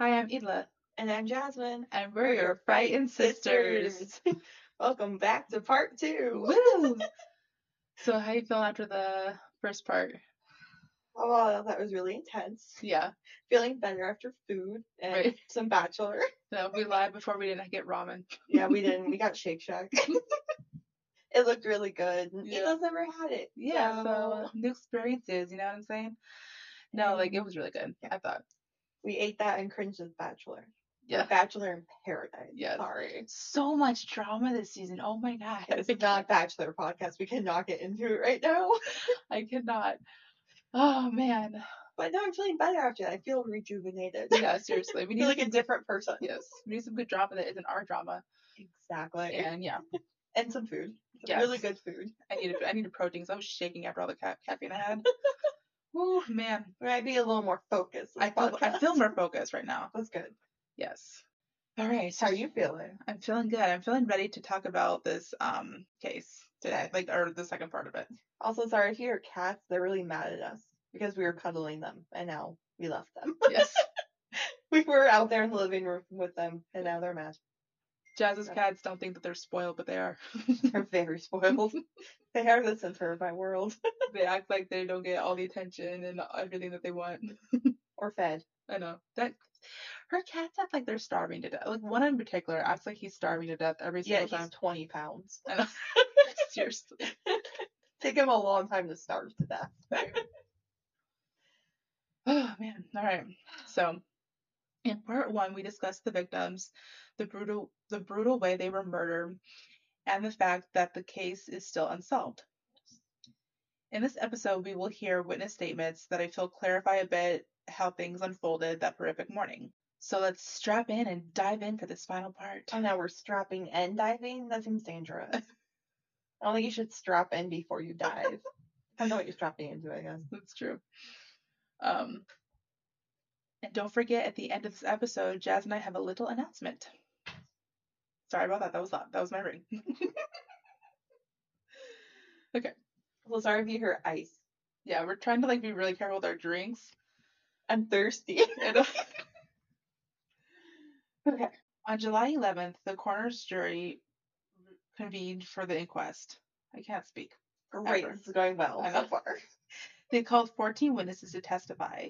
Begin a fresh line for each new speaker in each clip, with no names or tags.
Kayla. And I'm Jasmine. And we're your frightened sisters.
Welcome back to part two.
Woo! so how you feel after the first part?
Oh, wow, that was really intense.
Yeah.
Feeling better after food and
Right.
some bachelor.
No, we lied before we didn't get ramen.
Yeah, we didn't. We got Shake Shack. it looked really good.
Yeah.
Eagles never had it.
Yeah, so
so
uh, new experiences, you know what I'm saying? No, like it was really good. I thought.
we ate that and cringed at Bachelor.
Yeah.
Bachelor in Paradise.
Yes.
Sorry.
So much drama this season. Oh my god.
It's not Bachelor podcast. We cannot get into it right now.
I cannot. Oh man.
But no, I'm feeling better after that. I feel rejuvenated.
Yeah, seriously. We
I
need
feel like a different person.
yes. We need some good drama that isn't our drama.
Exactly.
And yeah.
And some food. Some
Yes.
Really good food.
I needed I needed protein 'cause I was shaking after all the ca- caffeine I had. Ooh man,
We might be a little more focused.
I feel I
podcast.
feel more focused right now.
That's good.
Yes. All right.
How are you feeling?
I'm feeling good. I'm feeling ready to talk about this um case today, like or the second part of it.
Also, sorry if you hear cats. They're really mad at us because we were cuddling them and now we left them.
Yes.
we were out there in the living room with them and now they're mad.
Jazz's cats don't think that they're spoiled, but they are.
They're very spoiled. they are the center of my world.
they act like they don't get all the attention and everything that they want.
or fed.
I know that her cats act like they're starving to death. Like one in particular acts like he's starving to death every
Yeah,
single
he's
time.
20 pounds.
I know. Seriously.
Take him a long time to starve to death.
Oh man. All right. So in part one, we discussed the victims, the brutal the brutal way they were murdered, and the fact that the case is still unsolved. In this episode, we will hear witness statements that I feel clarify a bit how things unfolded that horrific morning. So let's strap in and dive in for this final part.
Oh, now we're strapping and diving? That seems dangerous. I don't think you should strap in before you dive. I know what you're strapping into, I guess.
That's true. Um, and don't forget, at the end of this episode, Jazz and I have a little announcement. Sorry about that. That was loud. That was my ring.
Well, sorry if you hear ice.
yeah, we're trying to like be really careful with our drinks.
I'm thirsty.
And- uh, okay. On July 11th, the coroner's jury convened for the inquest. I can't speak.
Great,
Ever.
this is going well
I know.
so far.
They called 14 witnesses to testify.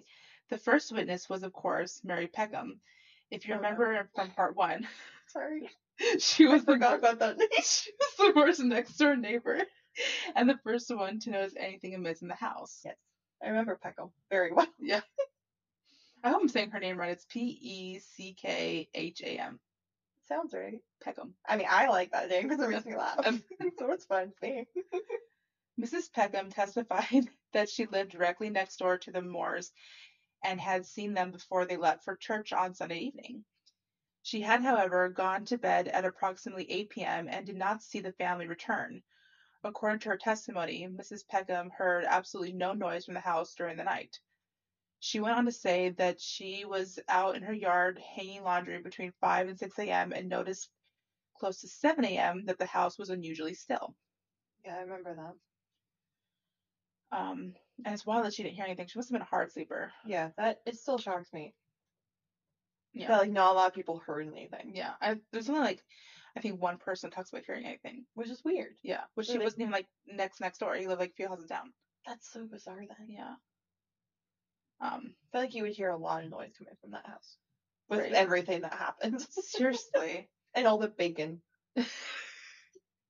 The first witness was, of course, Mary Peckham. If you
Oh, no.
remember from part one,
Sorry,
she
I
was the
forgot about that.
she was the worst next door neighbor and the first one to notice anything amiss in the house.
yes, I remember Peckham very well.
I hope I'm saying her name right. It's P E C K H A M.
Sounds right.
Peckham.
I mean, I like that name because it makes me laugh.
Um.
so it's fun to me.
Mrs. Peckham testified that she lived directly next door to the Moores and had seen them before they left for church on Sunday evening. She had, however, gone to bed at approximately 8 p.m. and did not see the family return. According to her testimony, Mrs. Peckham heard absolutely no noise from the house during the night. She went on to say that she was out in her yard hanging laundry between 5 and 6 a.m. and noticed close to 7 a.m. that the house was unusually still.
Yeah, I remember that.
Um, and it's wild that she didn't hear anything. She must have been a hard sleeper.
Yeah, that it still shocks me.
Yeah.
That like not a lot of people heard anything,
Yeah, I, there's only like, I think one person talks about hearing anything.
which is weird.
Yeah, which she
Really?
wasn't even like next next door. He lived like a few houses down.
That's so bizarre. Then
Yeah. Um,
I feel like you would hear a lot of noise coming from that house with
Right.
everything that happens
seriously,
and all the bacon.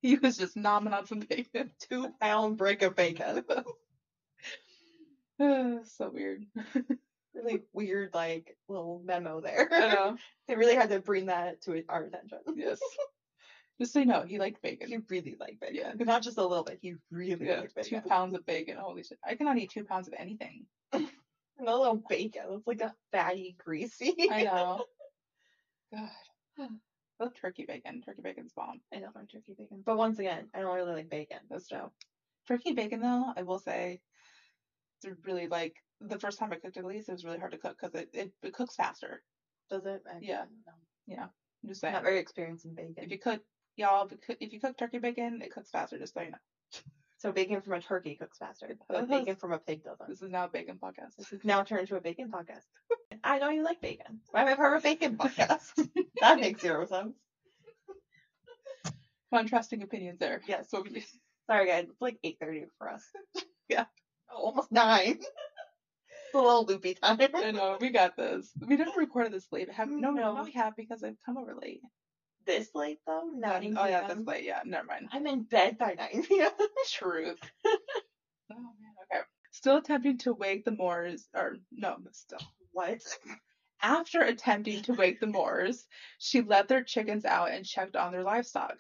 he was just nomming on some bacon.
Two pound brick of bacon.
so weird.
really weird, like little memo there.
I know.
They really had to bring that to our attention.
Yes. Just so you know, he liked bacon.
He really liked bacon.
Yeah.
Not just a little bit. He really
yeah,
liked
two
bacon.
pounds of bacon. Holy shit! I cannot eat two pounds of anything.
And a little bacon. It's like a fatty, greasy.
I know. God, I love turkey bacon. Turkey bacon's bomb.
I don't like turkey bacon. But once again, I don't really like bacon.
That's
so.
true. Turkey bacon, though, I will say, it's really like the first time I cooked at least, it was really hard to cook because it, it, it cooks faster.
Does it? I
Yeah.
don't know.
I'm just
I'm
saying.
not very experienced in bacon.
If you cook, y'all, if you cook, if you cook turkey bacon, it cooks faster, just so you know.
So bacon from a turkey cooks faster,
Oh,
but
that's-
bacon from a pig doesn't.
This is now a bacon podcast.
This is now turned into a bacon podcast. I know you like bacon. Why am I part of a bacon podcast? that makes zero sense.
Contrasting opinions there.
Yes.
So we-
Sorry, guys. It's like 8.30 for us.
Yeah.
Almost 9. it's a little loopy time.
I know we got this. We didn't record this late. Have, no, no,
No.
no, we have because I've come over late.
This late, though? 9
oh yeah, that's
p.m.?
late. Yeah, never mind.
I'm in bed by 9 p.m.
Truth. oh man. Okay. Still attempting to wake the Moors, or no, still.
what?
After attempting to wake the Moors, she let their chickens out and checked on their livestock.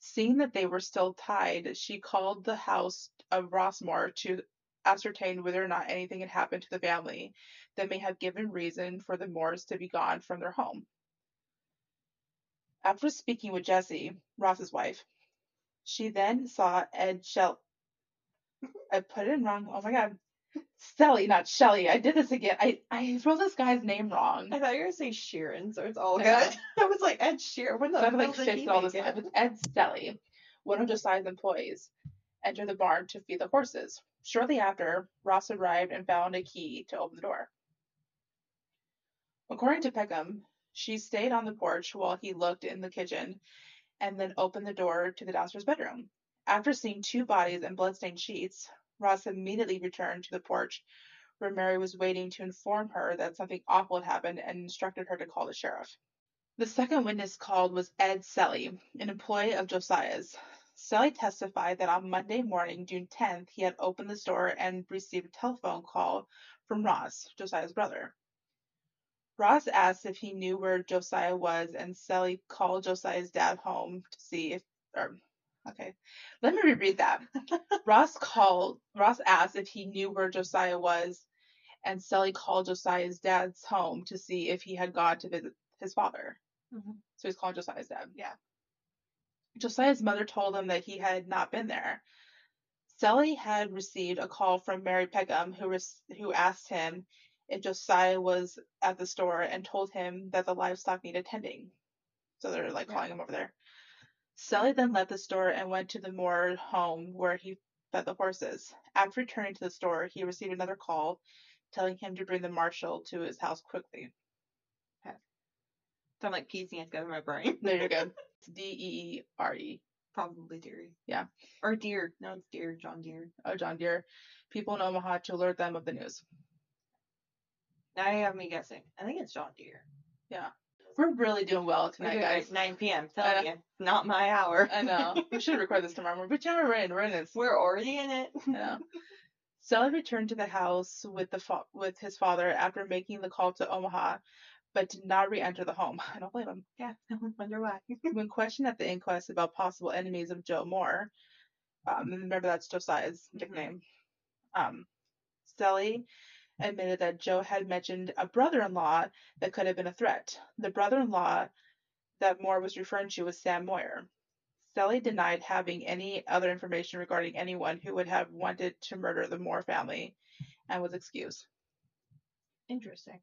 Seeing that they were still tied, she called the house of Rossmore to ascertain whether or not anything had happened to the family that may have given reason for the Moors to be gone from their home. After speaking with Jessie, Ross's wife, she then saw Ed Shell. I put it in wrong. Oh my god. Sally, not Shelly. I did this again. I, I wrote this guy's name wrong.
I thought you were going to say Sheeran, so it's all good.
Yeah.
I was like, Ed Sheeran. When the
So I have
hell
like
did he
shits all the
make
time.
it?
It's Ed Stelly, one of Josiah's employees, entered the barn to feed the horses. Shortly after, Ross arrived and found a key to open the door. According to Peckham, she stayed on the porch while he looked in the kitchen and then opened the door to the downstairs bedroom. After seeing two bodies and bloodstained sheets, Ross immediately returned to the porch where Mary was waiting to inform her that something awful had happened and instructed her to call the sheriff. The second witness called was Ed Selly, an employee of Josiah's. Selly testified that on Monday morning, June 10th, he had opened the store and received a telephone call from Ross, Josiah's brother. Ross asked if he knew where Josiah was, and Selly called Josiah's dad home to see if. Or, okay, let me reread that. Ross called. Ross asked if he knew where Josiah was, and Selly called Josiah's dad's home to see if he had gone to visit his father. So he's calling Josiah's dad.
Yeah.
Josiah's mother told him that he had not been there. Sally had received a call from Mary Peckham, who res- who asked him if Josiah was at the store and told him that the livestock needed tending. So they're like
Yeah.
calling him over there. Sally then left the store and went to the Moore home where he fed the horses. After returning to the store, he received another call telling him to bring the marshal to his house quickly.
So I'm like piecing it together in my brain.
There you go. D E E R E.
Probably Deary.
Yeah.
Or Deer. No, it's Deer. John Deere.
of John Deere, people in Omaha to alert them of the news.
Now you have me guessing. I think it's John Deere.
We're really doing well
We're
tonight,
doing
guys.
it. 9 p.m.
I
Telling you, not my hour.
I know. We should record this tomorrow morning, but yeah, we're in. We're in it.
We're already in it.
I know. Sally returned to the house with the fa- with his father after making the call to Omaha, but did not re-enter the home. I don't blame him.
Yeah, I wonder why.
When questioned at the inquest about possible enemies of Joe Moore, um, and remember that's Josiah's
Mhm.
nickname, um, Sally admitted that Joe had mentioned a brother in law that could have been a threat. The brother in law that Moore was referring to was Sam Moyer. Sally denied having any other information regarding anyone who would have wanted to murder the Moore family and was excused.
Interesting.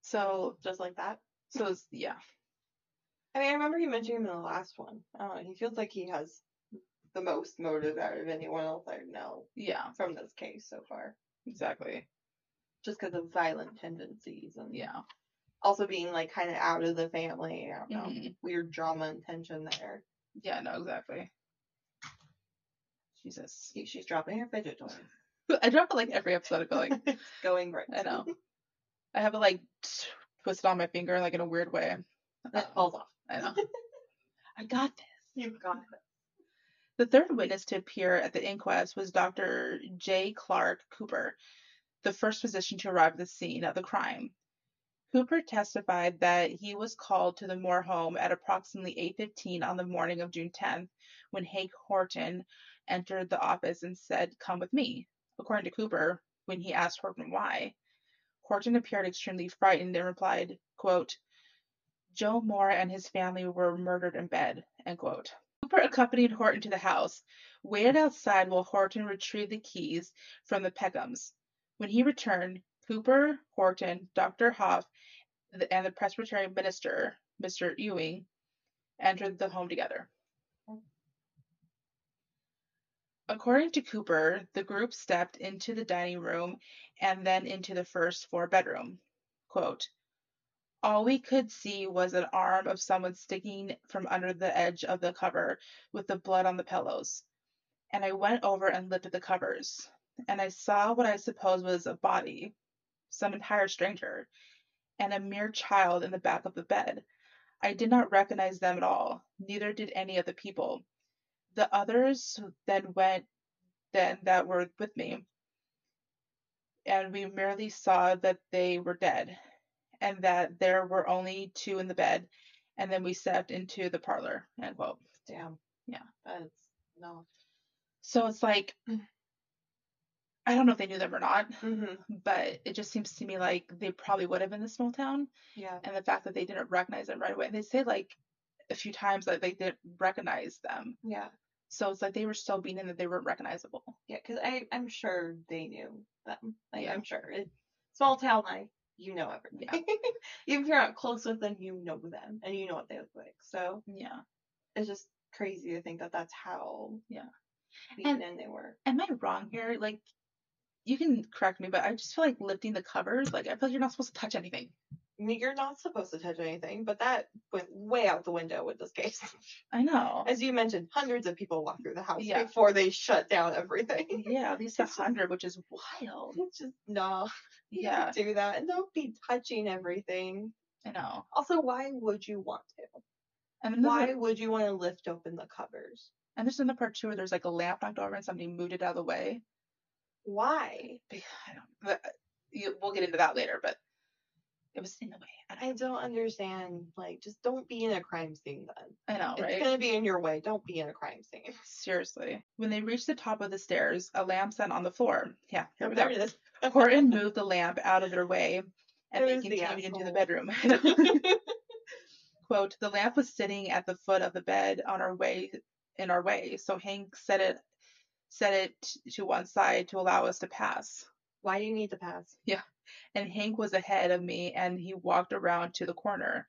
So,
Just like that.
so it's- yeah.
I mean, I remember you mentioned him in the last one. I don't know. He feels like he has the most motive out of anyone else I know
Yeah,
from this case so far,
exactly.
just because of violent tendencies and
Yeah.
also being like kind of out of the family. I don't know.
Mhm.
Weird drama and tension there.
Yeah, no, exactly. Jesus.
She, she's dropping her fidget toy.
I drop it like every episode of going.
It's going right.
I know. I have it like twisted on my finger like in a weird way.
It falls off.
I know. I got this.
You've got it.
The third witness to appear at the inquest was Dr. J. Clark Cooper, the first physician to arrive at the scene of the crime. Cooper testified that he was called to the Moore home at approximately 8:15 on the morning of June 10th when Hank Horton entered the office and said, "Come with me." According to Cooper, when he asked Horton why, Horton appeared extremely frightened and replied, quote, "Joe Moore and his family were murdered in bed." End quote. Cooper accompanied Horton to the house, waited outside while Horton retrieved the keys from the Peckhams. When he returned, Cooper, Horton, Dr. Hoff, th- and the Presbyterian minister, Mr. Ewing, entered the home together. According to Cooper, the group stepped into the dining room and then into the first floor bedroom. Quote, all we could see was an arm of someone sticking from under the edge of the cover with the blood on the pillows. And I went over and lifted the covers, and I saw what I supposed was a body, some entire stranger, and a mere child in the back of the bed. I did not recognize them at all, neither did any of the people. The others then went then that were with me, and we merely saw that they were dead and that there were only two in the bed, and then we stepped into the parlor. End quote.
Damn.
Yeah.
That's no.
So it's like, I don't know if they knew them or not,
Mm-hmm.
but it just seems to me like they probably would have in the small town,
Yeah.
and the fact that they didn't recognize them right away. They say like a few times that they didn't recognize them,
Yeah.
so it's like they were so beaten that they weren't recognizable.
Yeah. Because I I'm sure they knew them. Like
Yeah.
I'm sure it, small town life. You know everything. Even if you're not close with them, you know them and you know what they look like. So
Yeah.
it's just crazy to think that that's how
Yeah. And-
beaten in they were.
Am I wrong here? Like, you can correct me, but I just feel like lifting the covers. Like, I feel like you're not supposed to touch anything.
I mean, You're not supposed to touch anything, but that went way out the window with this case.
I know.
As you mentioned, hundreds of people walked through the house
Yeah.
before they shut down everything.
Yeah, at least a
It's just-
hundred, which is wild.
It's just no, you
Yeah,
don't do that, and don't be touching everything.
I know.
Also, why would you want to?
And then
Why
Why?
would you want to lift open the covers?
and there's another part too where there's like a lamp knocked over and somebody moved it out of the way.
Why?
But I don't. But uh, you, we'll get into that later. But it was in the way. I don't-
I don't understand. Like, just don't be in a crime scene then.
I know,
If
right?
It's gonna be in your way. Don't be in a crime scene.
Seriously. When they reached the top of the stairs, a lamp set on the floor. Yeah, here we
Oh, there
go.
it is.
Horton moved the lamp out of their way, and they
There's the
continued into the
asshole.
bedroom. quote, the lamp was sitting at the foot of the bed on our way in our way, so Hank set it set it t- to one side to allow us to pass.
Why do you need to pass?
And Hank was ahead of me and he walked around to the corner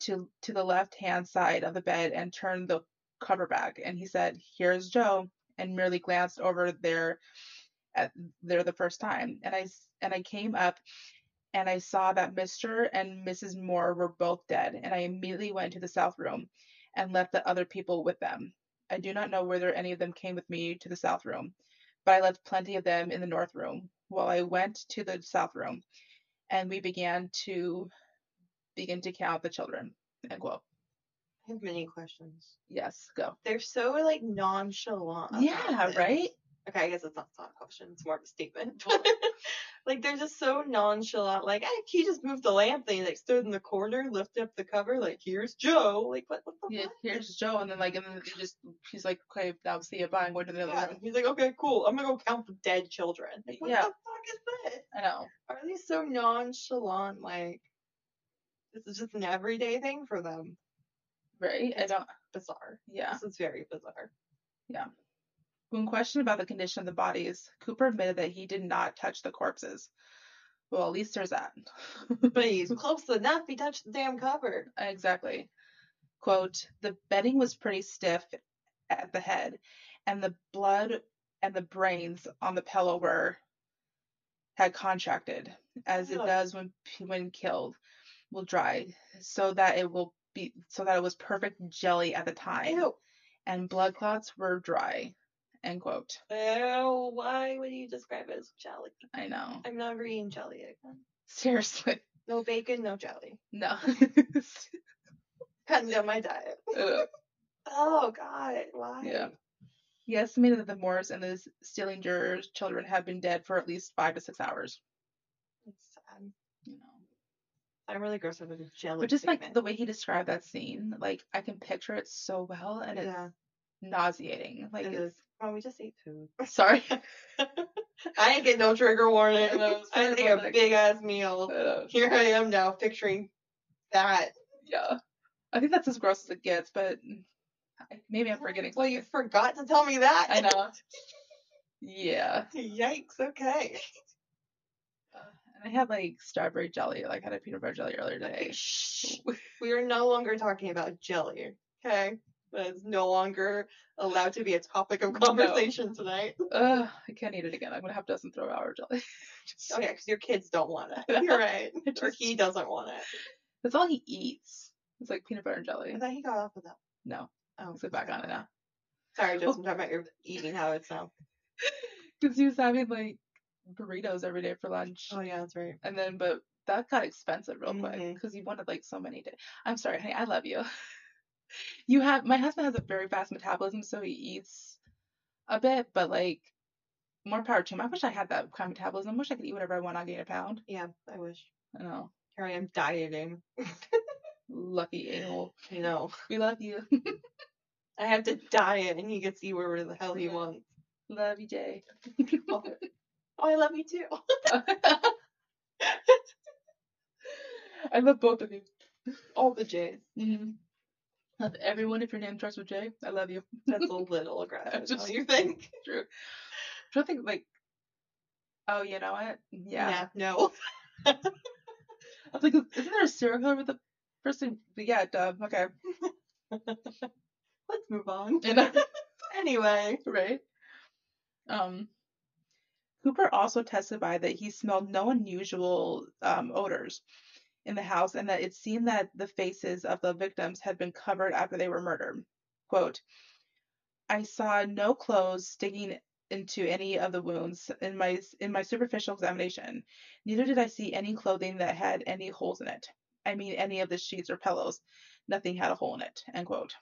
to to the left hand side of the bed and turned the cover back and he said, Here's Joe and merely glanced over there at there the first time. And I s- and I came up and I saw that Mr. and Mrs. Moore were both dead, and I immediately went to the south room and left the other people with them. I do not know whether any of them came with me to the south room, but I left plenty of them in the north room while I went to the south room, and we began to begin to count the children. End quote.
I have many questions.
Yes, go.
They're so like nonchalant. about
Yeah,
it.
right?
Okay, I guess it's not, it's not a question. It's more of a statement. like they're just so nonchalant. Like eh, he just moved the lamp thing. Like stood in the corner, lifted up the cover. Like here's Joe. Like what? Oh, what the
Yeah,
fuck?
here's Joe, and then like, and then they just he's like, okay, now see you. Bye. and Go to the other
Yeah.
room.
He's like, okay, cool. I'm gonna go count the dead children. Like, what
Yeah.
the fuck is that?
I know.
Are they so nonchalant? Like this is just an everyday thing for them.
Right? I
It's-
don't.
Bizarre.
Yeah.
This is very bizarre.
When questioned about the condition of the bodies, Cooper admitted that he did not touch the corpses. Well, at least there's that.
But he's close enough. He touched the damn cover.
exactly. Quote, the bedding was pretty stiff at the head, and the blood and the brains on the pillow were had contracted, as it
Ugh.
does when when killed, will dry, so that it will be so that it was perfect jelly at the time,
Ew.
and blood clots were dry. End quote.
Ew, why would you describe it as jelly?
I know.
I'm never eating jelly again.
Seriously.
No bacon, no jelly.
No.
Cutting down my diet.
Ugh.
Oh god, why?
Yeah. he estimated that the Moors and the Stillinger's children have been dead for at least five to six hours.
It's sad.
You know.
I'm really grossed out with the jelly.
But just like
statement.
the way he described that scene, like I can picture it so well and it's
yeah,
nauseating. Like
it
it's
is. Well, we just ate food.
sorry.
I didn't get no trigger warning.
I know,
I
sorry
had
about
a
that.
big ass meal.
Uh,
Here I am now picturing that.
yeah. I think that's as gross as it gets, but mm, I- maybe I'm forgetting.
Well, you
something.
forgot to tell me that.
I know. Yeah.
Yikes. Okay.
And I had like strawberry jelly, like I had a peanut butter jelly earlier
Okay,
today.
Shh. We are no longer talking about jelly. Okay. but it's no longer allowed to be a topic of conversation tonight.
Ugh, I can't eat it again. I'm gonna have Dustin throw out our jelly. Just-
Okay, because your kids don't want it. You're right. or he doesn't want it.
That's all he eats. It's like peanut butter and jelly.
I thought he got off of that.
No,
Oh,
I'll sit back on it now. Oh.
Sorry, just I'm talking about your eating habits now.
Because he was having like burritos every day for lunch.
Oh yeah, that's right.
And then, but that got expensive real quick
Mhm.
because you wanted like so many days. I'm sorry, honey. I love you. You have my husband has a very fast metabolism, so he eats a bit, but like more power to him. I wish I had that kind of metabolism. I wish I could eat whatever I want. I'll gain a pound.
Yeah, I wish.
I know.
Here I am dieting.
Lucky a hole.
I know.
We love you.
I have to diet, and he gets to eat whatever the hell he
Mhm.
wants.
love you, Jay.
oh, I love you too.
I love both of you.
All the J's.
Mm-hmm. Love everyone. If your name starts with J, I love you.
That's a little aggressive.
just-
Don't you think?
True. I don't think like. Oh, you know what? Yeah.
No.
I was like, isn't there a serial killer with the person? But yeah, duh. Okay.
Let's move on.
You know?
anyway.
right? Um, Cooper also testified that he smelled no unusual um, odors in the house and that it seemed that the faces of the victims had been covered after they were murdered. Quote, I saw no clothes sticking into any of the wounds in my in my superficial examination. Neither did I see any clothing that had any holes in it. I mean any of the sheets or pillows. Nothing had a hole in it. End quote.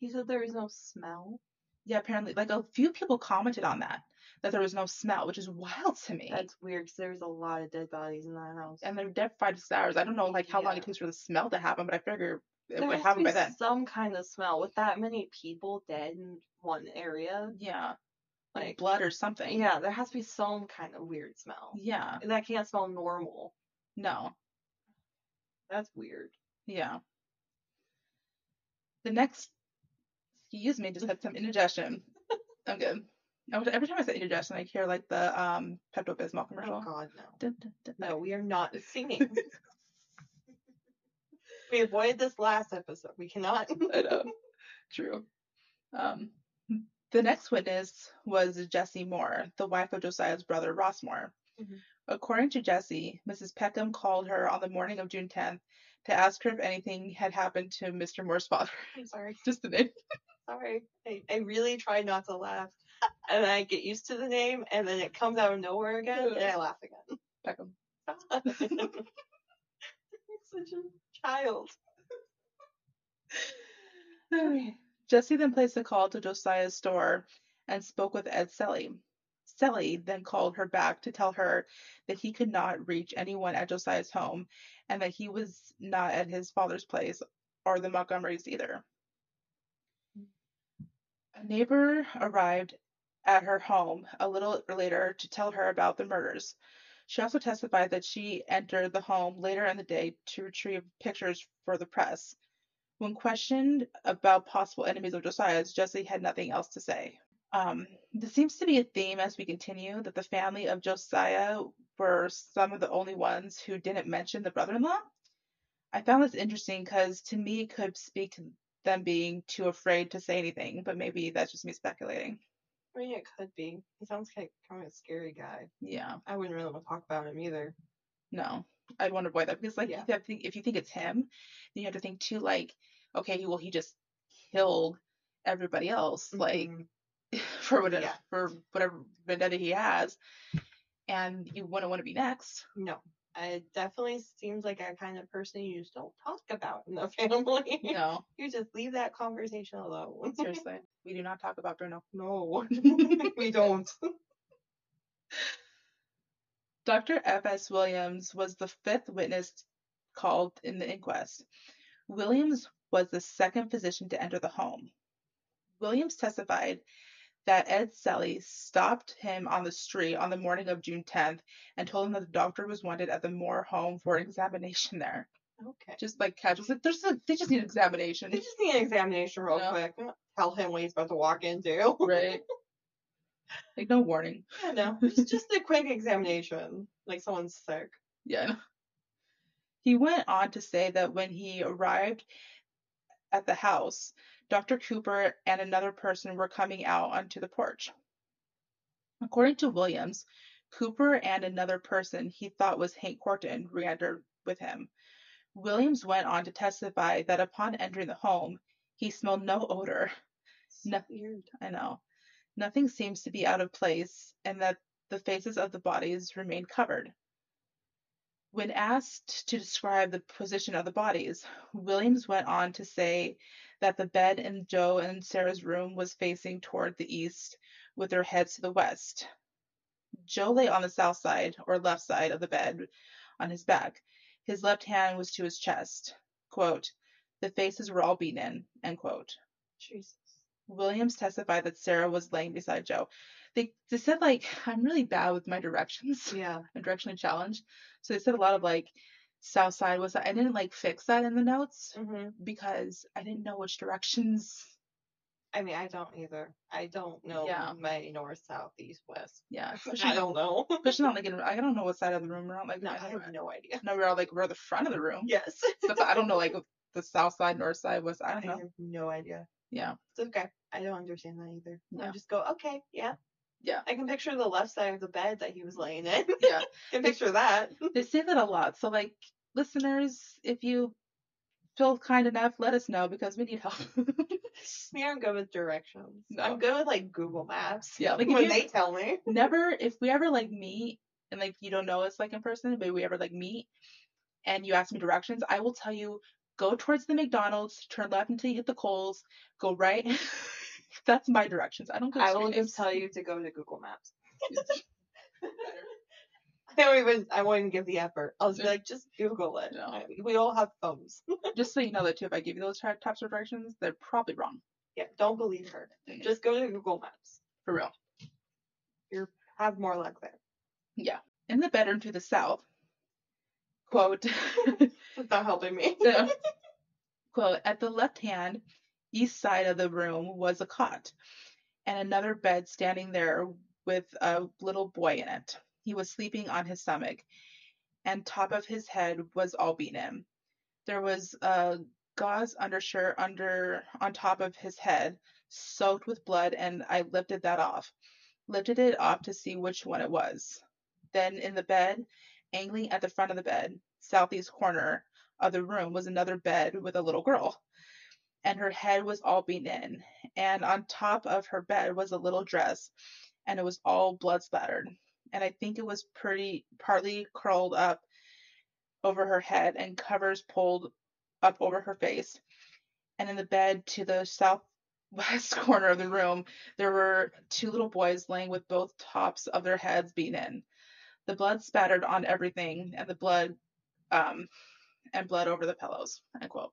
He said there is no smell.
Yeah, apparently, like a few people commented on that that there was no smell, which is wild to me.
That's weird because there's a lot of dead bodies in that house.
and they're dead five to six hours. I don't know like how long
Yeah.
it takes for the smell to happen, but I figure it
there
would
has to
happen
be
by then.
some kind of smell with that many people dead in one area.
Yeah, like,
Like,
blood or something.
yeah, there has to be some kind of weird smell.
yeah.
And that can't smell normal.
No,
That's weird.
yeah. The next, excuse me, just had some indigestion. I'm good. I would- Every time I say indigestion, I hear like the um Pepto Bismol
Oh
commercial.
God, no.
Dun, dun, dun.
No, we are not singing. we avoided this last episode. We cannot.
I know. True. Um, the next witness was Jessie Moore, the wife of Josiah's brother Ross Moore.
Mhm.
According to Jessie, Mrs. Peckham called her on the morning of June 10th to ask her if anything had happened to Mr. Moore's father.
I'm sorry.
Just the name.
Sorry. I, I really try not to laugh. And I get used to the name, and then it comes out of nowhere again, and I laugh again.
Peckham.
Such a child. Oh,
Jesse then placed a call to Josiah's store and spoke with Ed Selly. Selly then called her back to tell her that he could not reach anyone at Josiah's home and that he was not at his father's place or the Montgomerys either. A neighbor arrived at her home a little later to tell her about the murders. She also testified that she entered the home later in the day to retrieve pictures for the press. When questioned about possible enemies of Josiah's, Jesse had nothing else to say. Um, this seems to be a theme as we continue that the family of Josiah were some of the only ones who didn't mention the brother in law. I found this interesting because to me it could speak to them being too afraid to say anything, but maybe that's just me speculating.
I mean, it could be. He sounds like kind of a scary guy.
Yeah,
I wouldn't really want to talk about him either.
no, I'd want to avoid that because, like,
Yeah.
you have to think, if you think it's him, then you have to think too, like, okay, well, he just killed everybody else, like,
Mhm.
for whatever
Yeah.
for whatever vendetta he has, and you wouldn't want to be next.
no, it definitely seems like a kind of person you just don't talk about in the family.
No,
You just leave that conversation alone.
seriously, we do not talk about Bruno.
No, we don't.
Dr. F.S. Williams was the fifth witness called in the inquest. Williams was the second physician to enter the home. Williams testified that Ed Selly stopped him on the street on the morning of June 10th and told him that the doctor was wanted at the Moore home for examination there.
Okay.
Just like casual, like, there's a, they just need an examination.
They just need an examination real
No.
quick. Tell him what he's about to walk into.
Right. like no warning.
I know. It's just a quick examination. Like someone's sick.
Yeah. I know. He went on to say that when he arrived at the house, Dr. Cooper and another person were coming out onto the porch. According to Williams, Cooper and another person he thought was Hank Horton re entered with him. Williams went on to testify that upon entering the home, he smelled no odor. No-
Weird.
I know. Nothing seems to be out of place, and that the faces of the bodies remain covered. When asked to describe the position of the bodies, Williams went on to say that the bed in Joe and Sarah's room was facing toward the east, with their heads to the west. Joe lay on the south side or left side of the bed on his back. His left hand was to his chest. Quote, the faces were all beaten, end quote.
Jesus.
Williams testified that Sarah was laying beside Joe. They, they said like I'm really bad with my directions.
Yeah.
I'm directionally challenged. So they said a lot of like south side was I didn't like fix that in the notes
hmm
because I didn't know which directions.
I mean, I don't either. I don't know
Yeah.
my north, south, east, west.
Yeah,
I
especially
don't know.
especially not like in, I don't know what side of the room we're on. Like
no,
I
I have
don't
no idea.
know we're all like we're the front of the room.
Yes.
That's, I don't know like the south side, north side, west. I
I
don't know.
have no idea.
Uh-huh. Yeah.
It's okay. I don't understand that either.
Yeah.
I just go, okay, yeah.
Yeah.
I can picture the left side of the bed that he was laying in.
Yeah.
I can picture that.
they say that a lot. So, like, listeners, if you feel kind enough, let us know because we need help.
Me, I'm good with directions.
No.
I'm good with like Google Maps.
Yeah, like, if
when
you-
they tell me.
Never, if we ever like meet and like you don't know us like in person, but we ever like meet and you ask me directions, I will tell you go towards the McDonald's, turn left until you hit the Coles, go right. That's my directions. I don't go.
I will
straight
just
names.
tell you to go to Google Maps. I don't even. I won't even give the effort. I'll just be
Yeah.
like, just Google it.
No.
I- We all have phones.
Just so you know that too, if I give you those ty- types of directions, they're probably wrong.
yeah, don't believe her. Just go to Google Maps.
for real.
Have more luck there.
In the bedroom to the south, quote.
It's not helping me.
So, quote, at the left hand, east side of the room was a cot and another bed standing there with a little boy in it. He was sleeping on his stomach, and top of his head was all beaten. There was a gauze undershirt under on top of his head, soaked with blood, and I lifted that off. Lifted it off to see which one it was. Then in the bed, angling at the front of the bed, southeast corner of the room was another bed with a little girl, and her head was all beaten in, and on top of her bed was a little dress, and it was all blood splattered, and I think it was pretty partly curled up over her head and covers pulled up over her face, and in the bed to the southwest corner of the room there were two little boys laying with both tops of their heads beaten in. The blood spattered on everything, and the blood um, and blood over the pillows. End quote.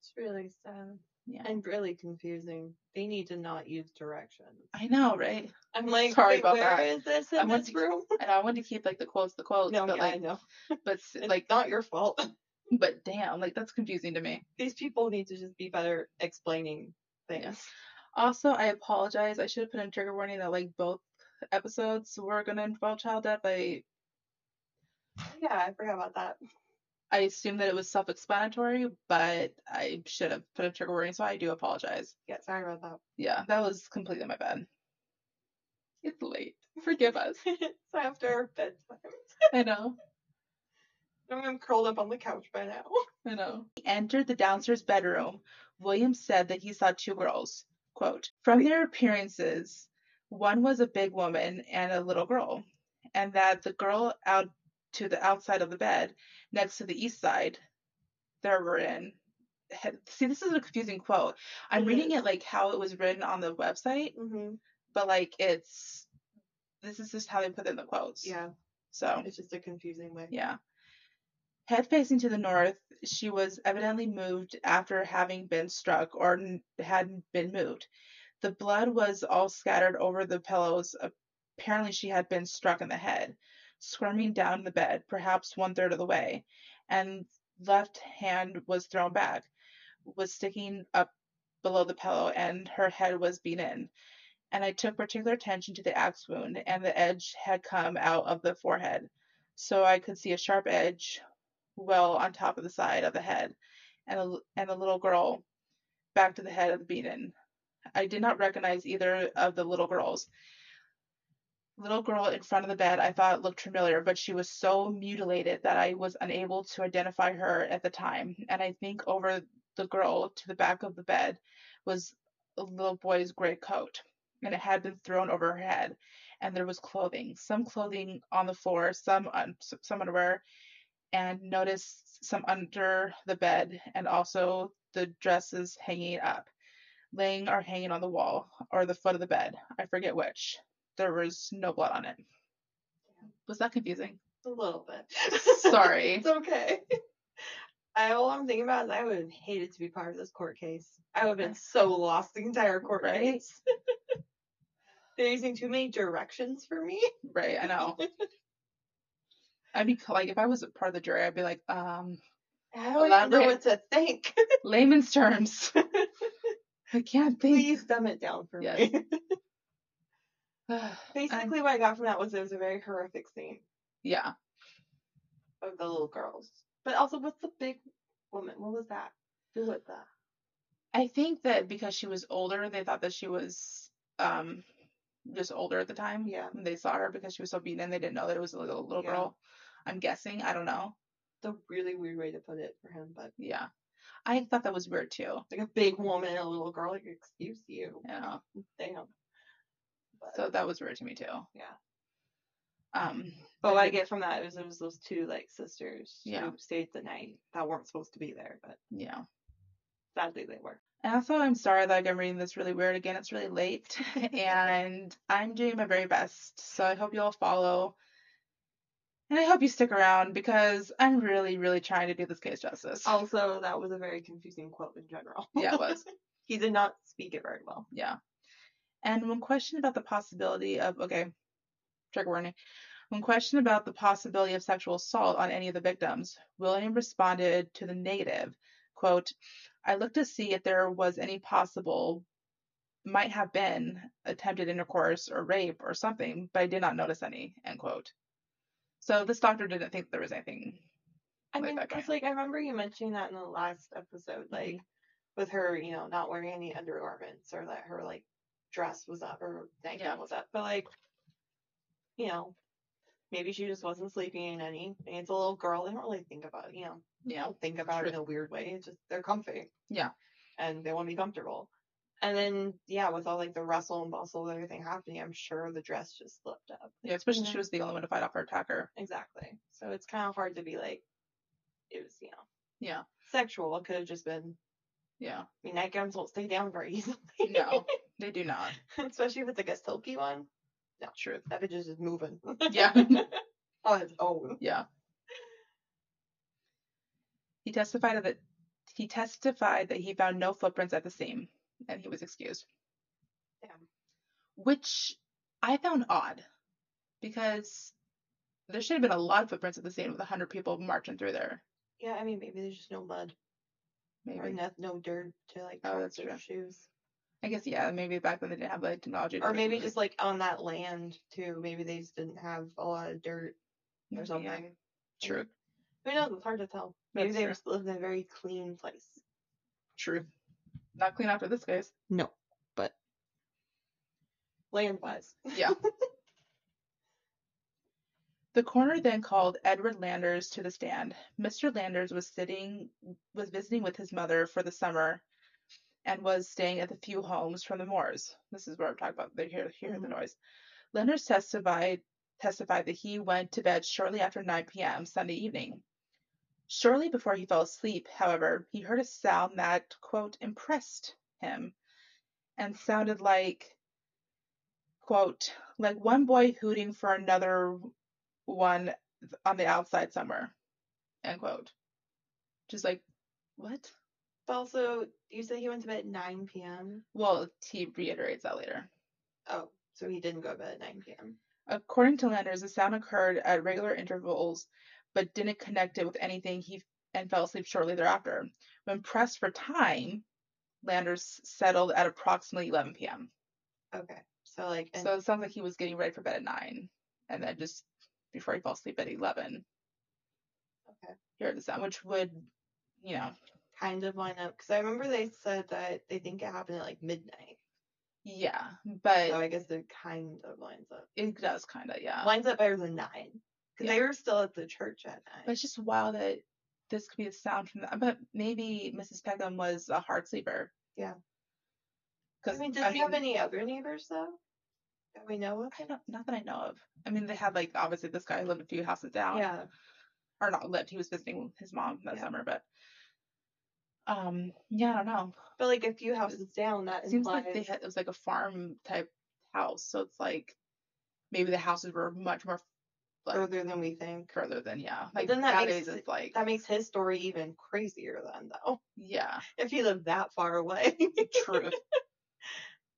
It's really sad.
Yeah.
And really confusing. They need to not use directions.
I know, right?
I'm like,
Sorry
wait,
about
where
that.
is this
I
in
want
this
to-
room?
And I wanted to keep like the quotes, the quotes,
No,
but
yeah, I
like,
know.
but s-
It's
like,
not your fault.
but damn, like that's confusing to me.
These people need to just be better explaining things.
Also, I apologize. I should have put in trigger warning that like both episodes were gonna involve child death. I
Yeah, I forgot about that.
I assume that it was self-explanatory, but I should have put a trigger warning, so I do apologize.
Yeah, sorry about that.
Yeah, that was completely my bad. It's late. Forgive us.
it's after bedtime.
I know.
I'm curled up on the couch by now.
I know. He entered the downstairs bedroom. Williams said that he saw two girls. Quote, From their appearances, one was a big woman and a little girl, and that the girl out to the outside of the bed, next to the east side, there were in. had- See, this is a confusing quote. I'm
It
reading
is.
it like how it was written on the website,
hmm
but like it's this is just how they put in the quotes.
Yeah,
So
it's just a confusing way.
yeah. Head facing to the north, she was evidently moved after having been struck or n- hadn't been moved. The blood was all scattered over the pillows. Apparently, she had been struck in the head, squirming down the bed, perhaps one third of the way, and left hand was thrown back, was sticking up below the pillow, and her head was beaten in. And I took particular attention to the axe wound, and the edge had come out of the forehead, so I could see a sharp edge well on top of the side of the head, and a, and a little girl back to the head of the beaten. I did not recognize either of the little girls. Little girl in front of the bed I thought looked familiar, but she was so mutilated that I was unable to identify her at the time. And I think over the girl to the back of the bed was a little boy's gray coat, and it had been thrown over her head. And there was clothing, some clothing on the floor, some un- some underwear, and noticed some under the bed, and also the dresses hanging up, laying or hanging on the wall or the foot of the bed. I forget which. There was no blood on it. Was that confusing?
A little bit.
Sorry.
it's okay. I, all I'm thinking about is I would have hated to be part of this court case. I would have been so lost the entire court
Right?
case. They're using too many directions for me.
Right, I know. I'd be like, if I was a part of the jury, I'd be like, um,
I don't even know
Elaborate.
what to think.
layman's terms. I can't think.
Please dumb it down for
Yes.
me.
Um,
Basically, what I got from that was it was a very horrific scene
yeah,
of the little girls. But also, what's the big woman? What was that? Who was that?
I think that because she was older, they thought that she was um just older at the time.
Yeah.
when they saw her because she was so beaten, and they didn't know that it was a little, little
Yeah.
girl. I'm guessing. I don't know.
The really weird way to put it for him, but
Yeah, I thought that was weird too.
like a big woman and a little girl. Like, excuse you.
Yeah,
Damn. But,
so that was weird to me too.
Yeah.
Um.
but what I get from that is it was those two like sisters
Yeah.
who stayed the night that weren't supposed to be there, but
Yeah.
sadly they were.
And also, I'm sorry that I'm reading this really weird. Again, it's really late, and I'm doing my very best. So I hope you all follow, and I hope you stick around because I'm really, really trying to do this case justice.
Also, that was a very confusing quote in general.
Yeah, it was.
he did not speak it very well.
Yeah. And when questioned about the possibility of okay, trigger warning. When questioned about the possibility of sexual assault on any of the victims, William responded to the negative, quote, I looked to see if there was any possible might have been attempted intercourse or rape or something, but I did not notice any, end quote. So this doctor didn't think there was anything.
I
Like
mean,
that guy.
it's like I remember you mentioning that in the last episode, like with her, you know, not wearing any undergarments or that her like dress was up or nightgown
Yeah.
was up, but like, you know, maybe she just wasn't sleeping in any. And it's a little girl; they don't really think about, it, you know, they
Yeah.
don't think about it in
True.
a weird way. It's just they're comfy.
Yeah.
and they want to be comfortable. And then yeah, with all like the rustle and bustle and everything happening, I'm sure the dress just slipped up.
Yeah, especially
Yeah.
she was the only one to fight off her attacker.
Exactly. So it's kind of hard to be like, it was, you know,
Yeah.
sexual. It could have just been,
Yeah.
I mean, nightgowns won't stay down very easily.
No, they do not.
Especially if it's like a silky one.
Truth.
That bitch is just moving.
Yeah.
On its own.
Yeah. He testified that he testified that he found no footprints at the scene, and he was excused.
Damn.
Which I found odd, because there should have been a lot of footprints at the scene with a hundred people marching through there.
Yeah, I mean, maybe there's just no mud or
Maybe
no, no dirt to like
Oh,
cross
that's
their
true.
shoes.
I guess yeah. Maybe back then they didn't have the technology. to
Or
do
maybe
it.
just like on that land too. Maybe they just didn't have a lot of dirt
Maybe,
or
yeah.
something.
True.
Who knows? It's hard to tell. Maybe
That's
they
true.
just lived in a very clean place.
True. Not clean after this case.
No, but land wise.
Yeah. the coroner then called Edward Landers to the stand. Mr. Landers was sitting was visiting with his mother for the summer and was staying at the few homes from the moors. This is where I'm talking about they hear hear the
Mhm.
noise. Landers testified testified that he went to bed shortly after 9 p.m. Sunday evening. Shortly before he fell asleep, however, he heard a sound that quote impressed him and sounded like quote like one boy hooting for another one on the outside somewhere end quote just like what
But also, you said he went to bed at 9 p.m.
well he reiterates that later
Oh, so he didn't go to bed at 9 p.m.
according to landers the sound occurred at regular intervals but didn't connect it with anything he and fell asleep shortly thereafter when pressed for time landers settled at approximately 11 p.m
Okay, so like, and,
so it sounds like he was getting ready for bed at 9 and then just before he fell asleep at 11
okay,
hear the sound which would you know
kind of line up because I remember they said that they think it happened at like midnight.
Yeah, but
So I guess it kind of lines up.
it does kind of, yeah.
lines up better than nine because they were still at the church at
But
nine.
it's just wild that this could be a sound from that. But maybe Mrs. Peckham was a hard sleeper.
Yeah.
Because
I mean, did they have any other neighbors though that we know of?
I don't, not that I know of. I mean, they had like obviously this guy lived a few houses down.
Yeah,
Or not lived. He was visiting his mom that
Yeah.
summer, but um, yeah, I don't know.
but like a few houses down, that
It seems
implies
like they had it was like a farm type house, so it's like maybe the houses were much more like further,
further than we think.
than yeah. Like
then that
nowadays
makes
it's like
That makes his story even crazier then though.
yeah,
If he lived that far away,
truth.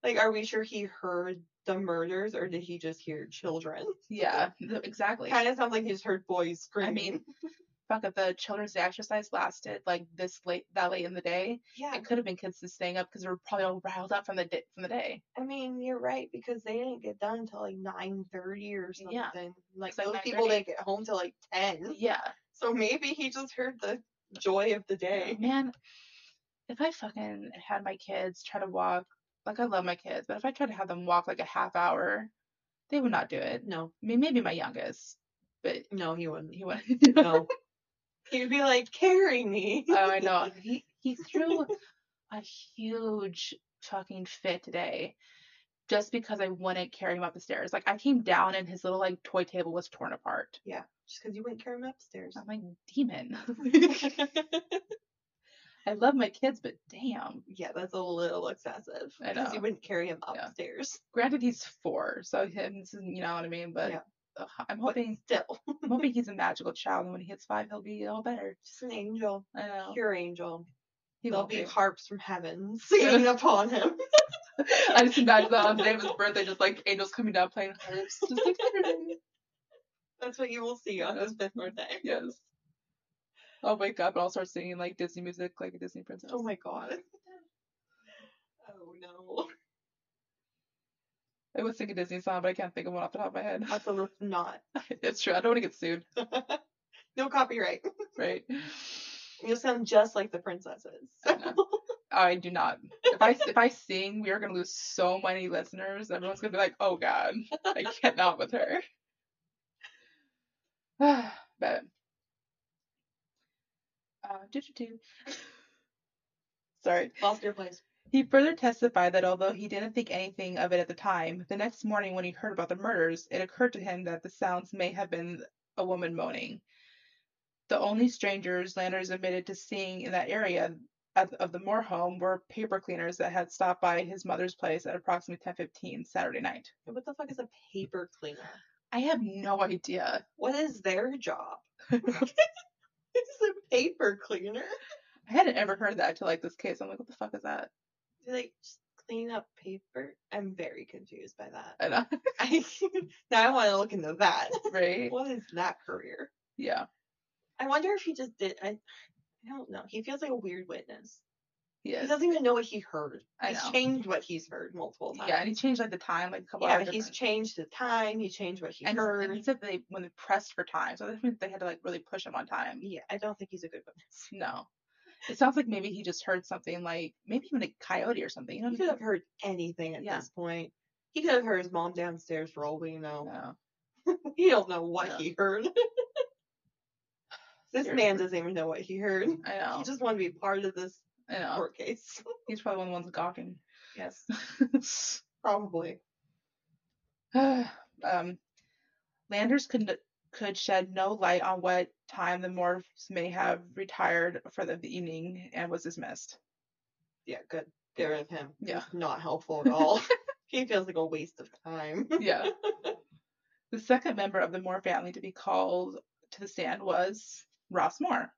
like, are we sure he heard the murders or did he just hear children?
yeah, th- exactly.
Kind of sounds like he just heard boys
I
screaming.
mean, fuck if the children's day exercise lasted like this late that late in the day,
yeah,
it could have been kids just staying up because they were probably all riled up from the day, from the day.
I mean, you're right because they didn't get done until like nine thirty or something.
Yeah.
Like
It's like
those people
9:30.
didn't get home till like ten.
Yeah.
So maybe he just heard the joy of the
Yeah,
day.
Oh, Man, if I fucking had my kids try to walk, like I love my kids, but if I tried to have them walk like a half hour, they would not do it.
No,
I mean, maybe my youngest, but
no, he wouldn't.
he wouldn't do it.
No. He'd be like, carry me.
Oh, I know. He he threw a huge fucking fit today just because I wouldn't carry him up the stairs. Like I came down and his little like toy table was torn apart.
Yeah, just because you wouldn't carry him upstairs.
I'm like, demon. I love my kids, but damn.
yeah, that's a little excessive.
I
Because
know.
you wouldn't carry him
Yeah.
upstairs.
Granted, he's four, so him, you know what I mean. But
Yeah.
ugh, I'm
But
hoping
still,
I'm hoping he's a magical child, and when he hits five, he'll be all better.
just an angel,
I know.
pure angel.
He
There'll
won't
be
be.
harps from heaven singing upon him.
I just imagine that on the day of his birthday, just like angels coming down playing harps. Just like,
That's what you will see on his fifth birthday.
yes. I'll wake up and I'll start singing like Disney music, like a Disney princess.
Oh my god. Oh no.
I would sing a Disney song, but I can't think of one off the top of my head.
That's a not.
it's true. I don't want to get sued,
no copyright.
right?
You'll sound just like the princesses.
I I do not. If I if I sing, we are gonna lose so many listeners. Everyone's gonna be like, "Oh God, I cannot with her." but uh, doo-doo-doo. sorry.
Lost your place.
He further testified that although he didn't think anything of it at the time, the next morning when he heard about the murders, it occurred to him that the sounds may have been a woman moaning. The only strangers Landers admitted to seeing in that area at, of the Moore home were paper cleaners that had stopped by his mother's place at approximately 10:15 Saturday night.
What the fuck is a paper cleaner?
I have no idea.
What is their job? it's a paper cleaner.
I hadn't ever heard that till like this case. I'm like, what the fuck is that?
Do they just clean up paper? I'm very confused by that.
I know,
I, now I want to look into that.
right?
What is that career?
Yeah,
I wonder if he just did. I, I don't know. He feels like a weird witness. He
yes.
doesn't even know what he heard.
I
he's
know.
changed what he's heard multiple times.
Yeah, and he changed like the time, like a couple
Yeah,
hours.
he's
different.
changed the time. He changed what he
and,
heard.
and he said they when they pressed for time, so that means they had to like really push him on time.
yeah, I don't think he's a good witness.
No, it sounds like maybe he just heard something like maybe even a coyote or something. You know
He
what
could
I
have heard anything at
Yeah.
this point. He could have heard his mom downstairs for all we
mean?
know.
No.
He don't know what
Yeah.
he heard. this
Seriously.
man doesn't even know what he heard.
I know.
He just wanted to be part of this
I know.
court case.
He's probably one of the ones gawking.
Oh. yes, probably.
um, Landers could n- could shed no light on what time the Morphs may have retired for the the evening and was dismissed.
Yeah, good. Get rid of him.
Yeah.
He's not helpful at all. he feels like a waste of time.
Yeah. the second member of the Moore family to be called to the stand was Ross Moore.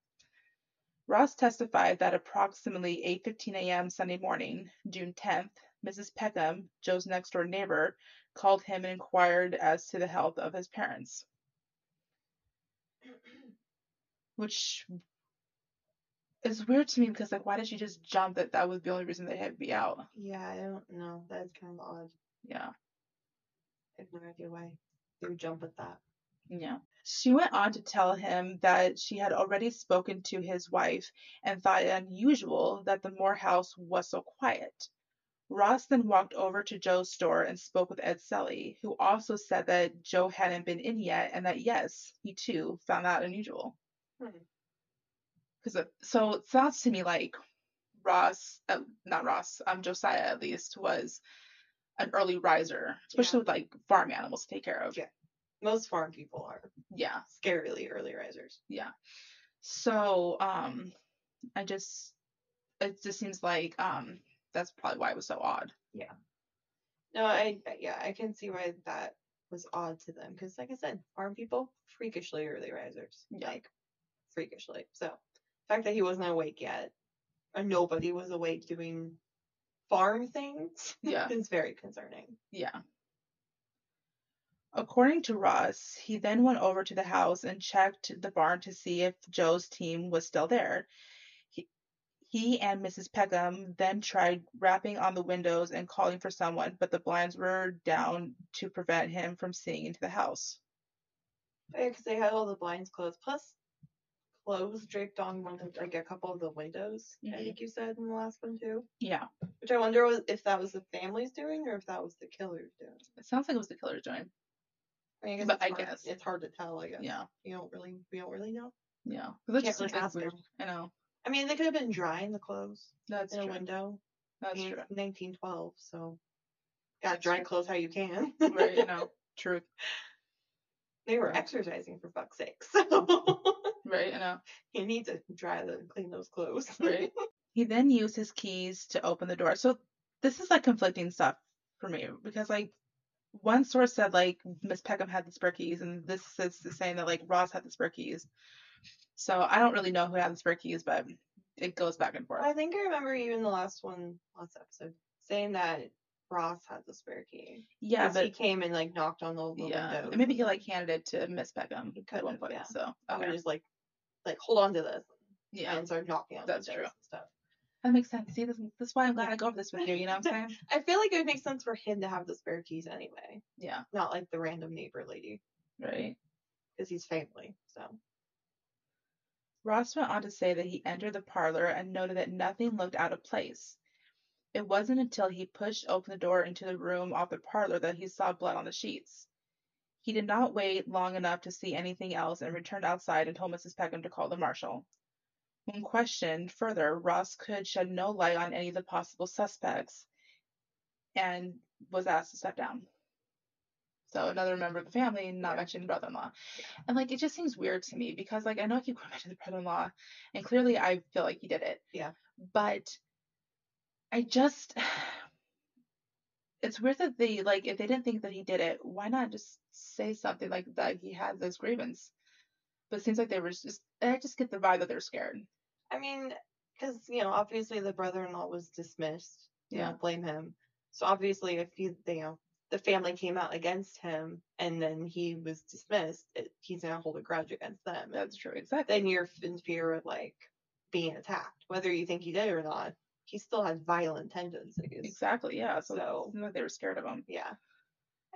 Ross testified that approximately 8:15 a.m. Sunday morning, June 10th, Mrs. Peckham, Joe's next-door neighbor, called him and inquired as to the health of his parents, which is weird to me because like why did she just jump that that was the only reason they had to be out?
Yeah, I don't know. That's kind of odd.
Yeah.
I have no idea why they would jump at that.
Yeah. She went on to tell him that she had already spoken to his wife and thought it unusual that the Moore house was so quiet. Ross then walked over to Joe's store and spoke with Ed Selly, who also said that Joe hadn't been in yet and that yes, he too found that unusual.
Hmm.
Because so it sounds to me like Ross, uh, not Ross, um, Josiah at least was an early riser, especially
Yeah.
with like farm animals to take care of.
Yeah. Most farm people are
Yeah.
scarily early risers.
So um, I just it just seems like um that's probably why it was so odd.
No, I I- yeah, I can see why that was odd to them because, like I said, farm people freakishly early risers,
Yeah.
like freakishly. So, the fact that he wasn't awake yet, or nobody was awake doing farm things,
Yeah.
is very concerning.
Yeah. According to Ross, he then went over to the house and checked the barn to see if Joe's team was still there. He, he and Mrs. Peckham then tried rapping on the windows and calling for someone, but the blinds were down to prevent him from seeing into the house.
because they had all the blinds closed, plus clothes draped on one of like a couple of the windows. I
Mhm.
think you said in the last one too.
Yeah,
Which I wonder was if that was the family's doing or if that was the killer's doing.
it sounds like it was the killer's doing.
I, mean, I guess
But
it's
I
hard,
guess.
it's hard to tell. I guess
Yeah,
you don't really we don't really know.
yeah. 'Cause that
Can't
just
really
seems like
ask
weird.
them.
I know.
I mean, they could have been drying the clothes
That's
in a
true.
window. I
That's
mean,
true.
it's 1912, so gotta dry clothes how you can.
Right, you know, truth.
they were
Right.
exercising for fuck's sake, so
Right, I know.
you need to dry them, clean those clothes.
Right. He then used his keys to open the door. So this is like conflicting stuff for me because like one source said like Miss Peckham had the spare keys, and this is saying that like Ross had the spare keys. So I don't really know who had the spare keys, but it goes back and forth.
I think I remember you in the last one, last episode, saying that Ross had the spare key.
Yeah,
'Cause
but
he came and like knocked on all the
yeah,
windows.
and maybe he like handed it to Miss Peckham
He could
at one
have,
point.
yeah.
So
and
okay.
was like, like hold on to this,
yeah,
and started knocking on
That's true.
windows and stuff.
that makes sense. See, this, this is why I'm glad I go over this with you. You know what I'm saying?
I feel like it would make sense for him to have the spare keys anyway,
Yeah,
not like the random neighbor lady,
right.
because he's family. So
Ross went on to say that he entered the parlor and noted that nothing looked out of place. It wasn't until he pushed open the door into the room off the parlor that he saw blood on the sheets. He did not wait long enough to see anything else and returned outside and told Mrs. Peckham to call the marshal. When questioned further, Ross could shed no light on any of the possible suspects and was asked to step down. So another member of the family, not
Yeah.
mentioning brother-in-law. And like it just seems weird to me because like I know I keep going back to the brother-in-law, and clearly I feel like he did it.
Yeah.
But I just it's weird that they like if they didn't think that he did it, why not just say something like that he had this grievance? But it seems like they were just I just get the vibe that they're scared.
I mean, because you know, obviously the brother-in-law was dismissed. You
Yeah.
know, blame him. So obviously, if he, you know, the family came out against him and then he was dismissed, it, he's gonna hold a grudge against them.
That's true, exactly.
Then you're f- in fear of like being attacked, whether you think he did or not. He still had violent tendencies.
Exactly, yeah. So,
So-
it seemed like they were scared of him.
Yeah,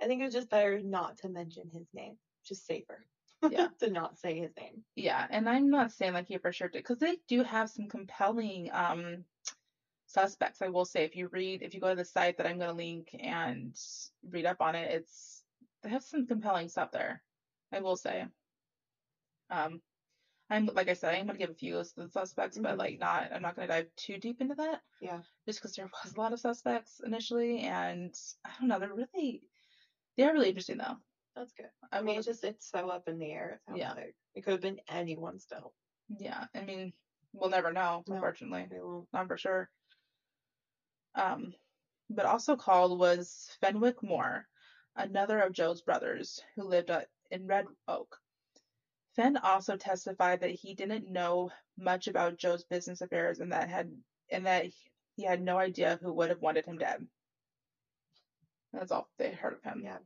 I think it was just better not to mention his name. Just safer.
Yeah.
to not say his name.
Yeah, and I'm not saying like he for sure did, because they do have some compelling um suspects. I will say, if you read, if you go to the site that I'm going to link and read up on it, it's they have some compelling stuff there. I will say. Um, I'm like I said, I'm going to give a few lists of the suspects, but
Mhm.
like not, I'm not going to dive too deep into that.
Yeah.
Just because there was a lot of suspects initially, and I don't know, they're really, they are really interesting though.
That's good.
I
I mean,
will
it's just it's so up in the air. It sounds
Yeah.
like it could have been anyone still.
Yeah, I mean, we'll never know,
No.
unfortunately.
They won't.
Not for sure. Um, but also called was Fenwick Moore, another of Joe's brothers who lived at, in Red Oak. Fenn also testified that he didn't know much about Joe's business affairs and that had and that he- he had no idea who would have wanted him dead. That's all they heard of him.
Yeah.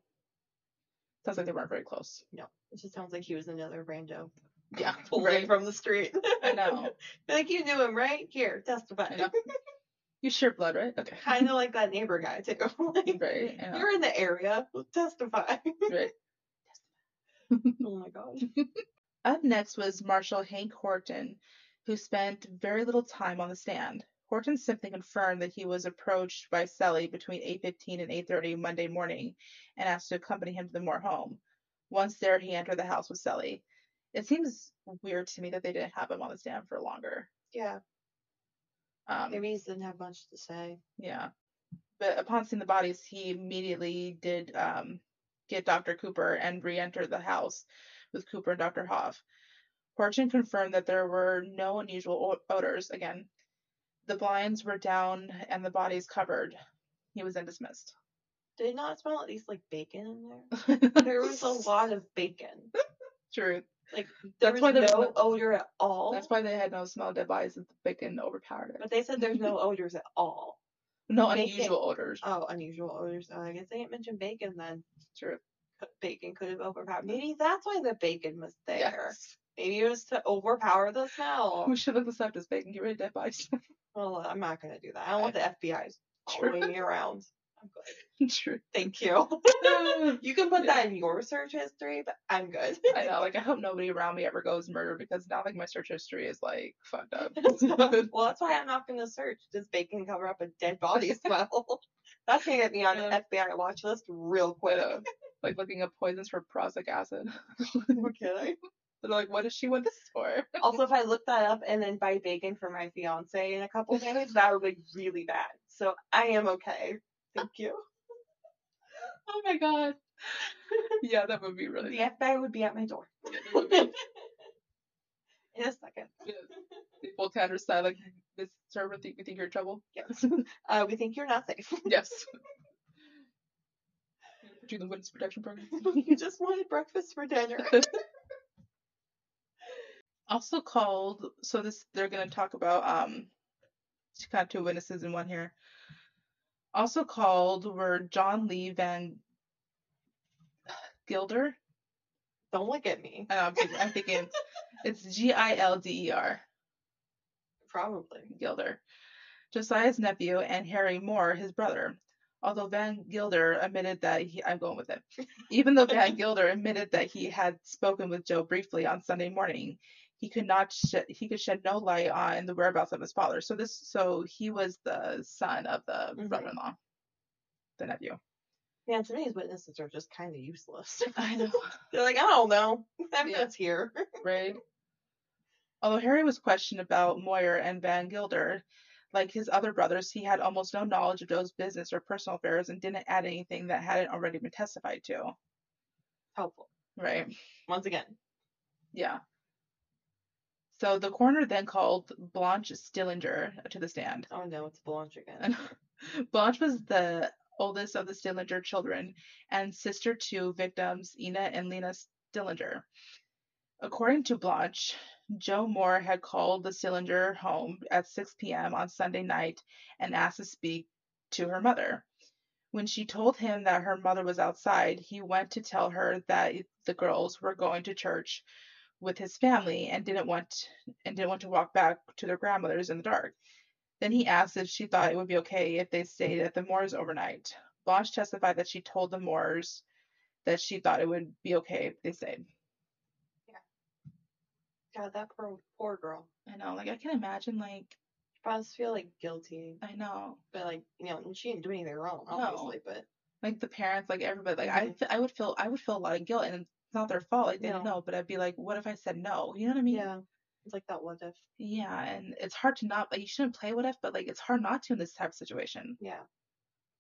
Sounds like they weren't very close.
It just sounds like he was another rando
Yeah.
pulled in
Right.
from the street.
I know.
like you knew him, right? Here, testify.
I know. You sure blood, right? Okay.
kind of like that neighbor guy too. like,
Right. I know.
You're in the area, testify.
Right.
Oh my god.
Up next was Marshal Hank Horton, who spent very little time on the stand. Horton simply confirmed that he was approached by Selly between 8:15 and 8:30 Monday morning and asked to accompany him to the Moore home. Once there, he entered the house with Selly. It seems weird to me that they didn't have him on the stand for longer.
Yeah.
Um,
Maybe he didn't have much to say.
Yeah. But upon seeing the bodies, he immediately did um, get Dr. Cooper and re entered the house with Cooper and Dr. Hoff. Horton confirmed that there were no unusual o- odors again. The blinds were down and the bodies covered. He was then dismissed.
Did it not smell at least like bacon in there? There was a lot of bacon.
True.
There
That's
was
why there was
no
no-
odor at all.
That's why they had no smell of dead bodies and the bacon overpowered it.
But they said there's no odors at all.
No
bacon-
unusual odors.
Oh, unusual odors. Oh, I guess they didn't mention bacon then.
True.
C- Bacon could have overpowered. Maybe that's why the bacon was there.
Yes.
Maybe it was to overpower the smell.
We should look this up. Does bacon get rid of dead bodies?
Well, I'm not gonna do that. I don't want the FBI following me around. I'm good.
True.
Thank you.
I
you can put that in your search history, but I'm good.
know. Like, I hope nobody around me ever goes murder because now, like, my search history is like fucked up.
well, that's why I'm not going to search. Does bacon cover up a dead body smell? that's going to get me on an
Yeah.
FBI watch list real quick.
Yeah. uh, like looking up poisons for prussic acid.
No kidding.
They're like, what does she want this for?
Also, if I look that up and then buy bacon for my fiance in a couple days, that would be really bad. So I am okay. Thank you.
Oh my god. Yeah, that would be really.
The FBI would be at my door
Yeah.
in a second.
The full tanner side, like, this server think we think you're in trouble?
Yes. Uh, we think you're not safe.
Yes. Do the witness protection program.
you just wanted breakfast for dinner.
also called so this they're going to talk about um she got two witnesses in one here also called were john lee van gilder
Don't look at me.
I know, i'm thinking, I'm thinking it's g-i-l-d-e-r
Probably.
gilder josiah's nephew and harry moore his brother although van gilder admitted that he i'm going with it even though van gilder admitted that he had spoken with joe briefly on sunday morning he could not sh- he could shed no light on the whereabouts of his father. So this so he was the son of the
Mhm.
brother-in-law, the nephew.
Man, some of these witnesses are just kind of useless.
I know.
They're like, I don't know. I'm
Yeah.
just here.
right? Although Harry was questioned about Moyer and Van Gilder, like his other brothers, he had almost no knowledge of Joe's business or personal affairs and didn't add anything that hadn't already been testified to.
Helpful.
Right.
Once again.
Yeah. So the coroner then called Blanche Stillinger to the stand.
Oh no, it's Blanche again.
And Blanche was the oldest of the Stillinger children and sister to victims Ina and Lena Stillinger. According to Blanche, Joe Moore had called the Stillinger home at 6 p.m. on Sunday night and asked to speak to her mother. When she told him that her mother was outside, he went to tell her that the girls were going to church with his family and didn't want and didn't want to walk back to their grandmother's in the dark. Then he asked if she thought it would be okay if they stayed at the Moors overnight. Blanche testified that she told the Moors that she thought it would be okay if they stayed.
God, that poor poor girl.
I know, like I can imagine, like
She probably just feel like guilty,
I know,
but like you know, and she didn't do anything wrong,
No.
obviously. But
like the parents, like everybody, like I,
Mhm.
fe- I would feel, I would feel a lot of guilt, and it's not their fault, like they didn't
No.
know, but I'd be like, what if I said no? You know what I mean?
yeah, it's like that. What if?
Yeah, and it's hard to not, like you shouldn't play what if, but like it's hard not to in this type of situation.
Yeah,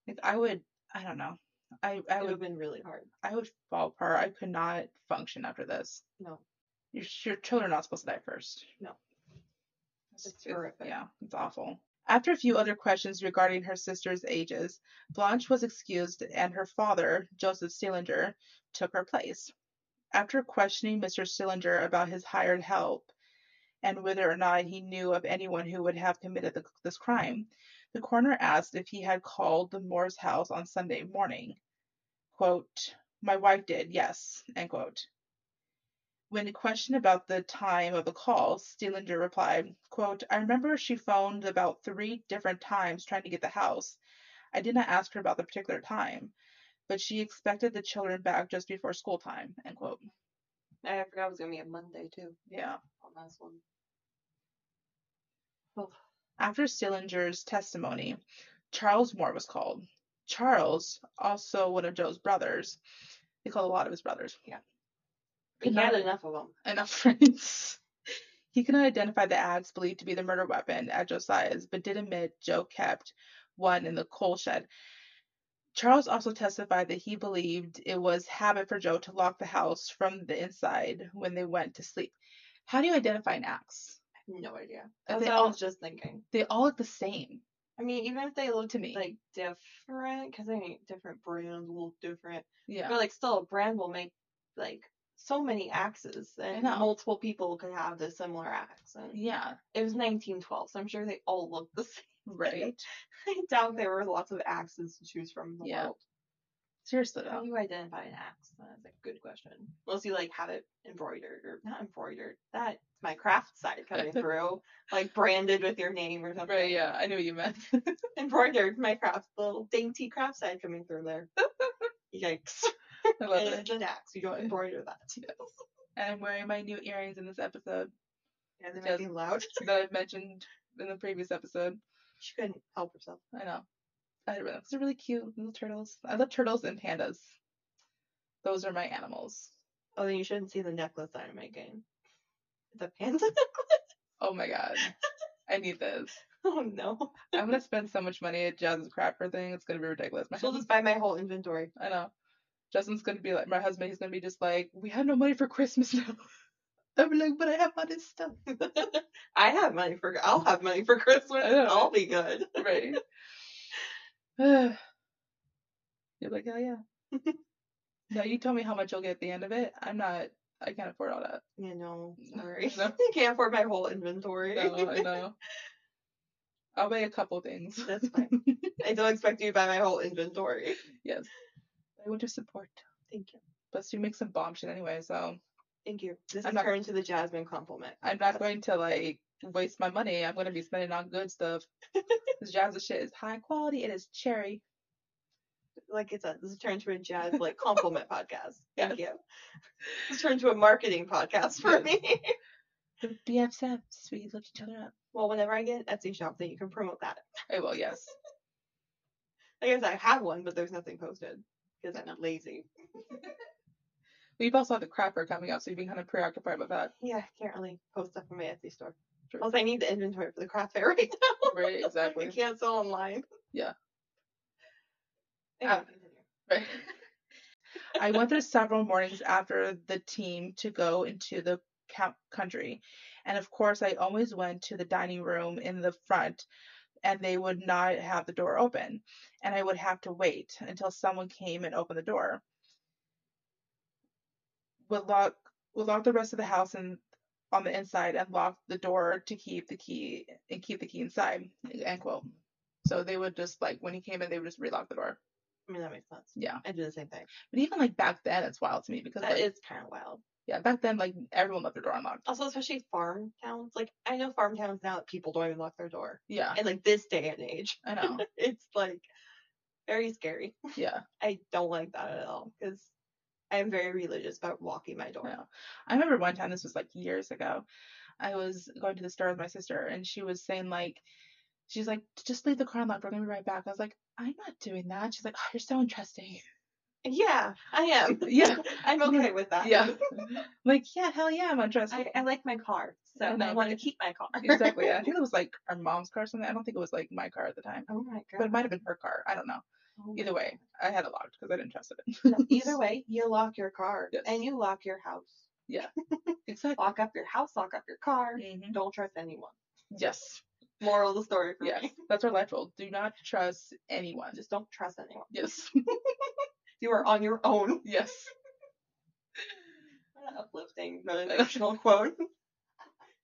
Like I would, I don't know, I, I
it would have
would,
been really hard.
I would fall apart. I could not function after this.
No,
your, your children are not supposed to die first.
No.
It's,
It's
it's-
horrific.
Yeah, it's awful. After a few other questions regarding her sister's ages, Blanche was excused and her father, Joseph Stillinger, took her place. After questioning Mr. Stillinger about his hired help and whether or not he knew of anyone who would have committed the, this crime, the coroner asked if he had called the Moore's house on Sunday morning. Quote, My wife did, yes, end quote. When questioned about the time of the call, Steelinger replied, quote, I remember she phoned about three different times trying to get the house. I did not ask her about the particular time, but she expected the children back just before school time, end quote.
I forgot it was gonna be a Monday too
Yeah.
on this one.
After Stillinger's testimony, Charles Moore was called. Charles, also one of Joe's brothers, they called a lot of his brothers. Yeah.
He
Could
had
not-
enough of them.
Enough friends. He could not identify the axe believed to be the murder weapon at Josiah's, but did admit Joe kept one in the coal shed. Charles also testified that he believed it was habit for Joe to lock the house from the inside when they went to sleep. How do you identify an axe?
No idea.
They
That's what I
all-
was just thinking.
They all look the same.
I mean, even if they looked
To me.
like different, because I mean, different brands look different.
Yeah.
But like, still, a brand will make like so many axes, and
know.
multiple people could have the similar axe. And
Yeah.
it was 1912, so I'm sure they all looked the same.
Right.
I doubt there were lots of axes to choose from in the
Yeah.
world.
Seriously
How
though.
do you identify an axe? That's a good question. Unless you like have it embroidered or not embroidered. That's my craft side coming through, like branded with your name or something.
Right, yeah, I knew what you meant.
embroidered my craft, little dainty craft side coming through there. Yikes.
I love
And it's
it.
an axe. You don't embroider that.
And I'm wearing my new earrings in this episode
And they
Yes.
might be loud.
that I've mentioned in the previous episode.
She couldn't help herself.
I know. I don't know. They're really cute little turtles. I love turtles and pandas. Those are my animals.
Oh, then you shouldn't see the necklace I'm making. It's a panda.
Oh my god. I need this.
oh no.
I'm gonna spend so much money at Jasmine's crapper thing. It's gonna be ridiculous. My
She'll just buy my whole inventory.
I know. Justin's gonna be like my husband. He's gonna be just like, we have no money for Christmas now. I'm like, but I have all this stuff.
I have money for. I'll have money for Christmas.
I know,
I'll
right?
be good.
right? You're like, oh yeah. no, you tell me how much you'll get at the end of it. I'm not. I can't afford all that.
You know, sorry.
No.
I can't afford my whole inventory.
No, I know. I'll buy a couple things.
That's fine. I don't expect you to buy my whole inventory.
yes, I want your support.
Thank you.
Plus, you make some bomb shit anyway, so
Thank you. This
I'm
is
not-
turned to the Jasmine compliment.
I'm not going to like waste my money. I'm gonna be spending on good stuff. this Jazz shit is high quality. It is cherry.
Like it's a this is turned to a jazz like compliment podcast. Thank you. This turned to a marketing podcast for me.
We're BFFs. We lift each other up.
well, whenever I get an Etsy shop, then you can promote that.
I will. Yes.
I guess I have one, but there's nothing posted because I'm lazy.
We've also had the crapper coming up, so you've been kind of preoccupied with that.
Yeah, I can't really post stuff on my Etsy store.
True.
Also, I need the inventory for the craft fair right
Right,
We
exactly.
can't sell online.
Yeah.
Anyway,
Ah.
continue.
Right. I went there several mornings after the team to go into the cou- country. And of course, I always went to the dining room in the front, and they would not have the door open. And I would have to wait until someone came and opened the door. Would lock, would lock the rest of the house and on the inside and lock the door to keep the key and keep the key inside. End quote. So they would just like when he came in, they would just relock the door.
I mean, that makes sense.
Yeah.
I do the same thing.
But even like back then, it's wild to me because
That
like,
is kind of wild.
yeah, back then like everyone left their door unlocked.
Also, especially farm towns. Like, I know farm towns now that people don't even lock their door.
Yeah,
And like this day and age,
I know.
it's like very scary.
Yeah,
I don't like that at all because I am very religious about locking my door.
I know. I remember one time this was like years ago. I was going to the store with my sister, and she was saying like, she's like, just leave the car unlocked. We're gonna be right back. I was like, I'm not doing that. She's like, oh, you're so interesting.
Yeah, I am.
Yeah.
I'm okay with that.
Yeah. I'm like yeah, hell yeah, I'm interesting.
I, I like my car, so
I
I,
know,
want to
right?
keep my car.
exactly. Yeah. I think it was like our mom's car or something. I don't think it was like my car at the time,
Oh my
but
god.
it might have been her car. I don't know.
Oh my
Either way, I had it locked because I didn't trust it.
No, either way, you lock your car
Yes.
and you lock your house.
Exactly.
Lock up your house, lock up your car.
Mhm.
Don't trust anyone.
Yes.
Moral of the story for
Yes,
me.
that's our life rule. Do not trust anyone.
Just don't trust anyone.
Yes,
You are on your own.
yes.
What an uplifting motivational quote.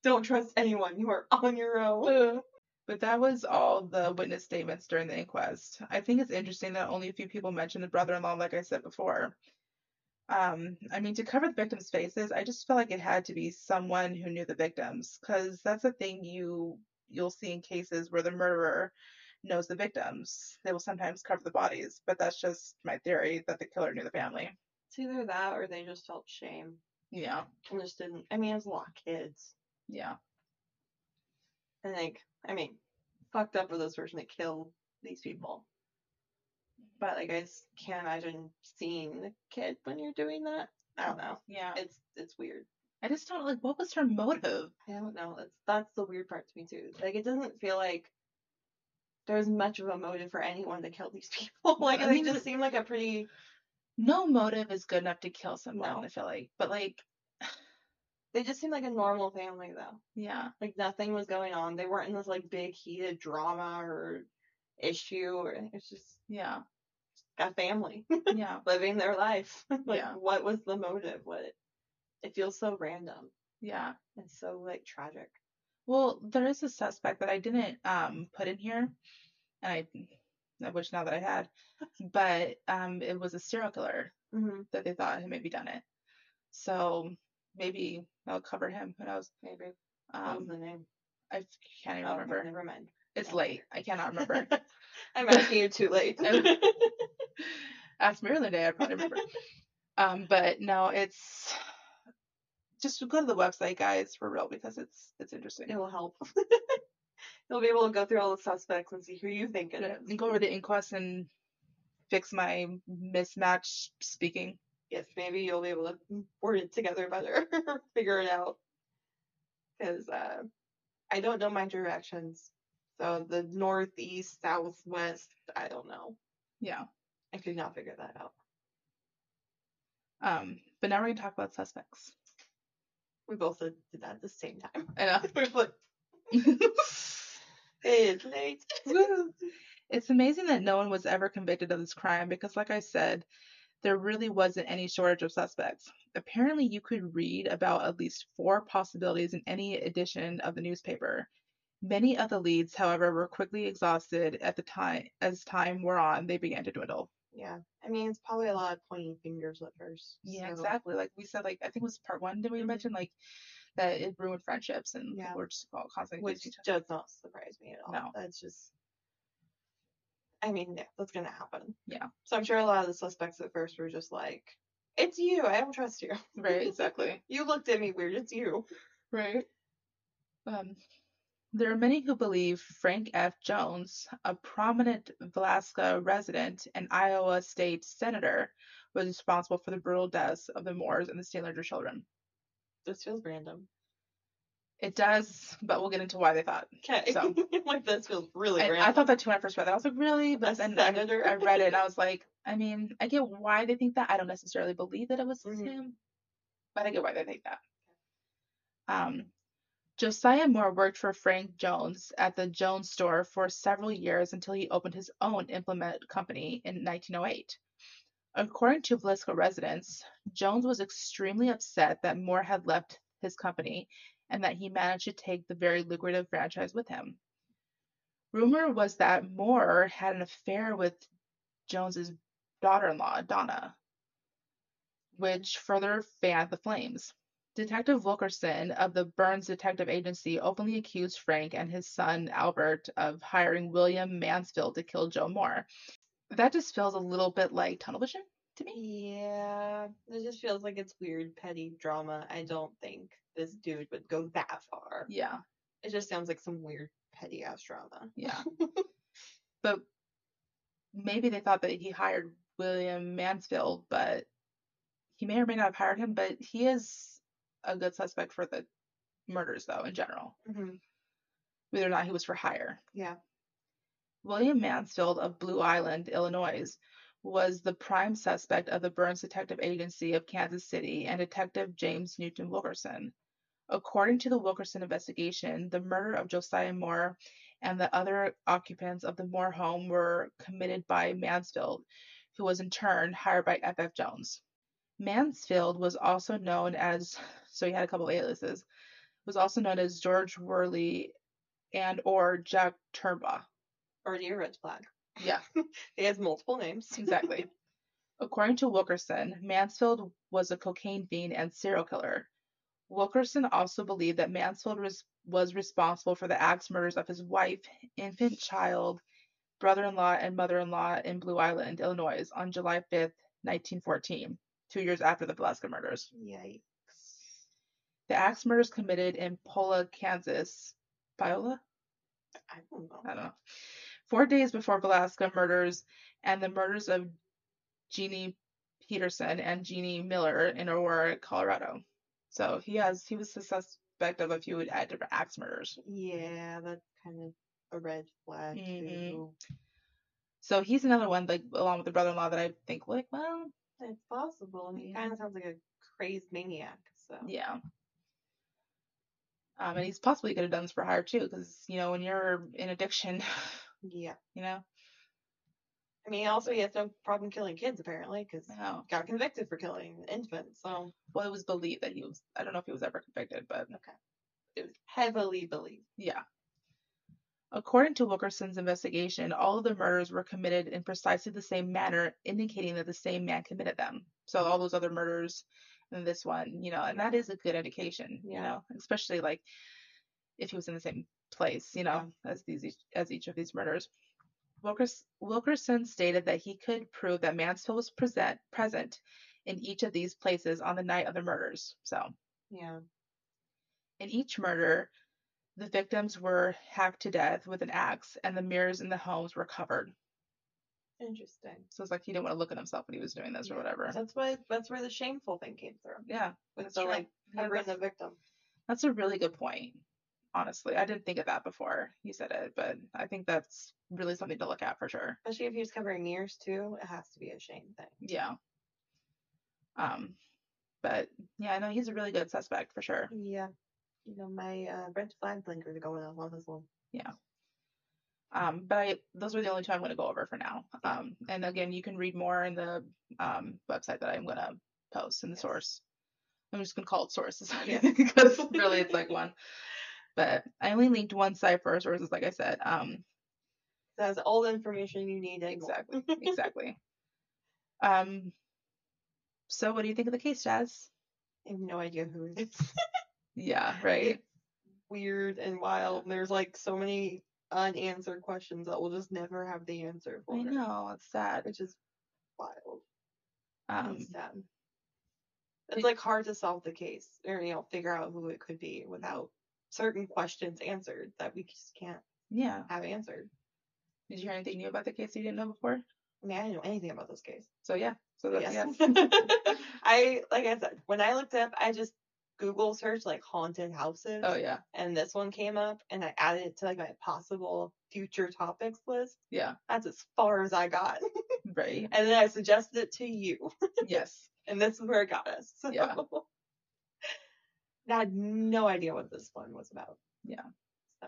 Don't trust anyone. You are on your own.
But that was all the witness statements during the inquest. I think it's interesting that only a few people mentioned the brother in law, like I said before. Um, I mean, to cover the victims' faces, I just felt like it had to be someone who knew the victims, because that's a thing you you'll see in cases where the murderer knows the victims. They will sometimes cover the bodies, but that's just my theory that the killer knew the family.
It's either that or they just felt shame.
Yeah.
I just didn't. I mean, I was a lot of kids.
Yeah.
And like, I mean, fucked up for this person that killed these people. But like, I just can't imagine seeing the kid when you're doing that. I don't know.
Yeah.
It's it's weird.
I just don't like what was her motive?
I don't know. That's that's the weird part to me too. Like, it doesn't feel like there's much of a motive for anyone to kill these people. like,
I
they
mean,
just seem like a pretty
No motive is good enough to kill someone,
No.
I feel like. But like
they just seem like a normal family though.
yeah.
Like nothing was going on. They weren't in this like big heated drama or issue or it's just
Yeah.
a family
Yeah.
living their life. like
Yeah.
what was the motive? What it feels so random
Yeah.
and so like tragic.
Well, there is a suspect that I didn't um put in here, and I I wish now that I had, but um it was a serial killer
Mm-hmm.
that they thought had maybe done it. So maybe I'll cover him. Who knows?
Maybe. what was
Um,
the name?
I can't even
Oh,
remember.
Never mind.
It's
yeah.
late. I cannot remember.
I'm asking you too late.
Ask me earlier day, I probably remember. um, but no, it's just go to the website, guys, for real, because it's it's interesting.
It'll help. You'll be able to go through all the suspects and see who you think it
Yeah,
is.
and uh, go over the inquest and fix my mismatched speaking.
yes, maybe you'll be able to word it together better, figure it out. Because uh, I don't know my directions. So the northeast, southwest, I don't know.
Yeah.
I could not figure that out.
Um, but now we're gonna talk about suspects.
We both did that at the same time.
I know.
We're like, it's late.
Woo. it's amazing that no one was ever convicted of this crime because, like I said, there really wasn't any shortage of suspects. Apparently, you could read about at least four possibilities in any edition of the newspaper. Many of the leads, however, were quickly exhausted at the time as time wore on, they began to dwindle.
Yeah. I mean, it's probably a lot of pointing fingers at first.
Yeah,
so-
exactly. Like we said, like I think it was part one that we
Mhm.
mentioned, like that it ruined friendships and
Yeah.
people were just all constantly
Which
facing each
does not surprise me at all.
No.
That's just. I mean, yeah, that's gonna happen.
Yeah.
So I'm sure a lot of the suspects at first were just like, "It's you. I don't trust you.
other. Right, exactly.
You looked at me weird. It's you."
Right. Um, there are many who believe Frank F. Jones, a prominent Velasca resident and Iowa state senator, was responsible for the brutal deaths of the Moors and the Staylander children.
This feels random.
It does, but we'll get into why they thought.
Okay.
So-
like this feels really
And
random.
I thought that too when I first read that. I was like, really?
A
But then I,
senator?
I read it and I was like, I mean, I get why they think that. I don't necessarily believe that it was
Mhm.
him, but I get why they think that. Um, Josiah Moore worked for Frank Jones at the Jones store for several years until he opened his own implement company in 1908. According to Velasco residents, Jones was extremely upset that Moore had left his company and that he managed to take the very lucrative franchise with him. Rumor was that Moore had an affair with Jones's daughter-in-law, Donna, which further fanned the flames. Detective Wilkerson of the Burns Detective Agency openly accused Frank and his son Albert of hiring William Mansfield to kill Joe Moore. That just feels a little bit like tunnel vision to me.
yeah. It just feels like it's weird, petty drama. I don't think this dude would go that far.
Yeah,
It just sounds like some weird petty ass drama.
yeah. but maybe they thought that he hired William Mansfield, but he may or may not have hired him, but he is a good suspect for the murders, though, in general.
hmm
Whether or not he was for hire.
Yeah.
William Mansfield of Blue Island, Illinois, was the prime suspect of the Burns Detective Agency of Kansas City and Detective James Newton Wilkerson. According to the Wilkerson investigation, the murder of Josiah Moore and the other occupants of the Moore home were committed by Mansfield, who was in turn hired by F.F. Jones. Mansfield was also known as, so he had a couple of aliases, was also known as George Worley and or Jack Turnbaugh.
Already a red flag.
Yeah.
He has multiple names.
Exactly. According to Wilkerson, Mansfield was a cocaine fiend and serial killer. Wilkerson also believed that Mansfield was, was responsible for the axe murders of his wife, infant child, brother in law, and mother in law in Blue Island, Illinois, on July 5th, 1914, two years after the Velasco murders.
Yikes.
The axe murders committed in Pola, Kansas. Biola?
I don't know.
I don't know. Four days before Velasco murders and the murders of Jeannie Peterson and Jeannie Miller in Aurora, Colorado. So he has he was the suspect of a few uh, different axe murders.
Yeah, that's kind of a red flag
Mhm.
too.
So he's another one like along with the brother-in-law that I think like well
It's possible. and He
Yeah.
kind of sounds like a crazed maniac. So
yeah. Um, and he's possibly could have done this for hire too, because you know when you're in addiction,
yeah.
you know,
I mean, also he has no problem killing kids apparently because
I know.
got convicted for killing an infant. So
Well, it was believed that he was. I don't know if he was ever convicted, but
it was heavily believed.
Yeah. According to Wilkerson's investigation, all of the murders were committed in precisely the same manner, indicating that the same man committed them. So all those other murders and this one, you know, and that is a good indication, you
Yeah.
know, especially like if he was in the same place, you know, as these as each of these murders. Wilkers, Wilkerson stated that he could prove that Mansfield was present present in each of these places on the night of the murders. So
Yeah.
in each murder, the victims were hacked to death with an axe, and the mirrors in the homes were covered.
Interesting.
So it's like he didn't want to look at himself when he was doing this or
Yeah.
whatever.
That's why that's where the shameful thing came through.
Yeah,
With
That's
the
true.
like
Yeah,
covering the
that's-
victim.
that's a really good point. Honestly, I didn't think of that before you said it, but I think that's really something to look at for sure.
Especially if he was covering ears too, it has to be a shame thing.
Yeah. Um, but yeah, I know he's a really good suspect for sure.
Yeah. You know, my uh, red flag blinkers are going off on this one.
Um, but I, those were the only two I'm going to go over for now. Um, and again, you can read more in the um, website that I'm going to post in the
Yes.
source. I'm just going to call it sources
Yes.
because really it's like one. But I only linked one site for our sources, like I said. Um,
That's all the information you need. and more.
exactly, exactly. Um, so what do you think of the case, Jazz?
I have no idea who it is.
Yeah, right.
It's weird and wild. There's like so many unanswered questions that we'll just never have the answer for.
I know it's sad.
Which is wild.
Um,
and sad. It's like hard to solve the case or you know, figure out who it could be without certain questions answered that we just can't
yeah.
have answered.
Did you hear anything new about the case you didn't know before?
I mean, I didn't know anything about this case.
So yeah. So that's yeah.
Yes. I like I said, when I looked up, I just Google searched like haunted houses,
Oh yeah.
and this one came up, and I added it to like my possible future topics list.
Yeah.
That's as far as I got,
Right.
and then I suggested it to you,
yes.
and this is where it got us. So.
Yeah.
I had no idea what this one was about.
Yeah.
So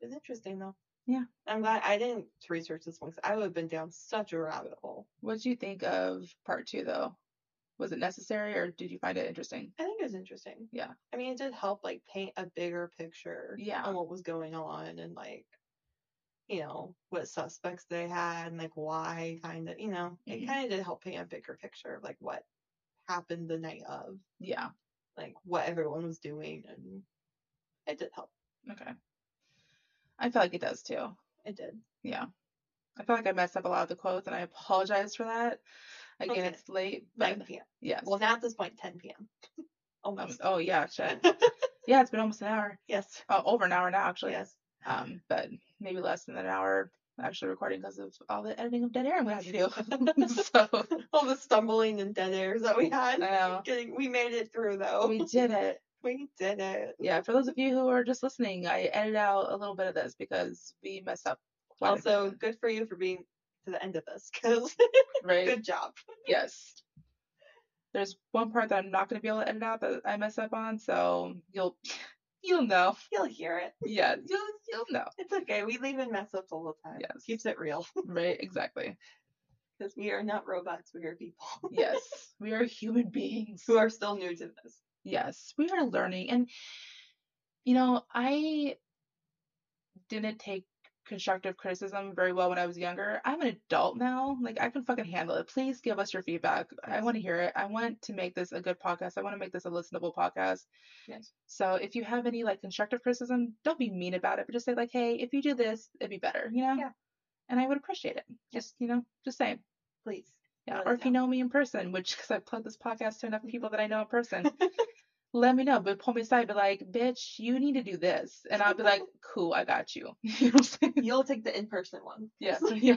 it's interesting though.
Yeah.
I'm glad I didn't research this one because I would have been down such a rabbit hole.
What did you think of part two though? Was it necessary or did you find it interesting?
I think it was interesting.
Yeah.
I mean, it did help like paint a bigger picture
Yeah.
on what was going on and like, you know, what suspects they had and like why kind of, you know,
Mhm.
it kind of did help paint a bigger picture of like what happened the night of,
Yeah.
like what everyone was doing. And it did help.
Okay. I feel like it does too.
It did.
Yeah. I feel like I messed up a lot of the quotes and I apologize for that. Again,
Okay.
it's late, but
9 p.m.
yes.
Well, now at this point, 10 p.m.
Um,
Almost.
oh yeah, shit. yeah, it's been almost an hour.
yes.
Oh, over an hour now actually.
Yes.
Um, but maybe less than an hour actually recording because of all the editing of dead air I'm gonna have to do. so
All the stumbling and dead airs that we had.
I know.
Getting, we made it through though.
we did it.
We did it.
yeah, for those of you who are just listening, I edited out a little bit of this because we messed up. quite a bit,
Also, good for you for being to the end of this, because
right?
good job.
Yes. There's one part that I'm not going to be able to edit out that I mess up on, so you'll you'll know.
You'll hear it.
Yeah, you'll you'll know.
It's okay. We leave in mess ups all the time.
Yes.
Keeps it real.
Right? Exactly.
Because we are not robots. We are people
Yes, we are human beings.
who are still new to this.
Yes, we are learning, and you know, I didn't take constructive criticism very well when I was younger. I'm an adult now. Like I can fucking handle it. Please give us your feedback. I
Yes.
want to hear it. I want to make this a good podcast. I want to make this a listenable podcast.
Yes.
So if you have any like constructive criticism, don't be mean about it, but just say like, hey, if you do this, it'd be better, you know?
Yeah.
And I would appreciate it. Just you know, just saying.
Please.
Yeah.
Let
Or
us
if you know me in person, which because I plug this podcast to enough people that I know in person, let me know, but pull me aside, be like, bitch, you need to do this. And I'll be like, cool, I got you. You know what I'm saying?
You'll take the in person one.
Yeah, yeah,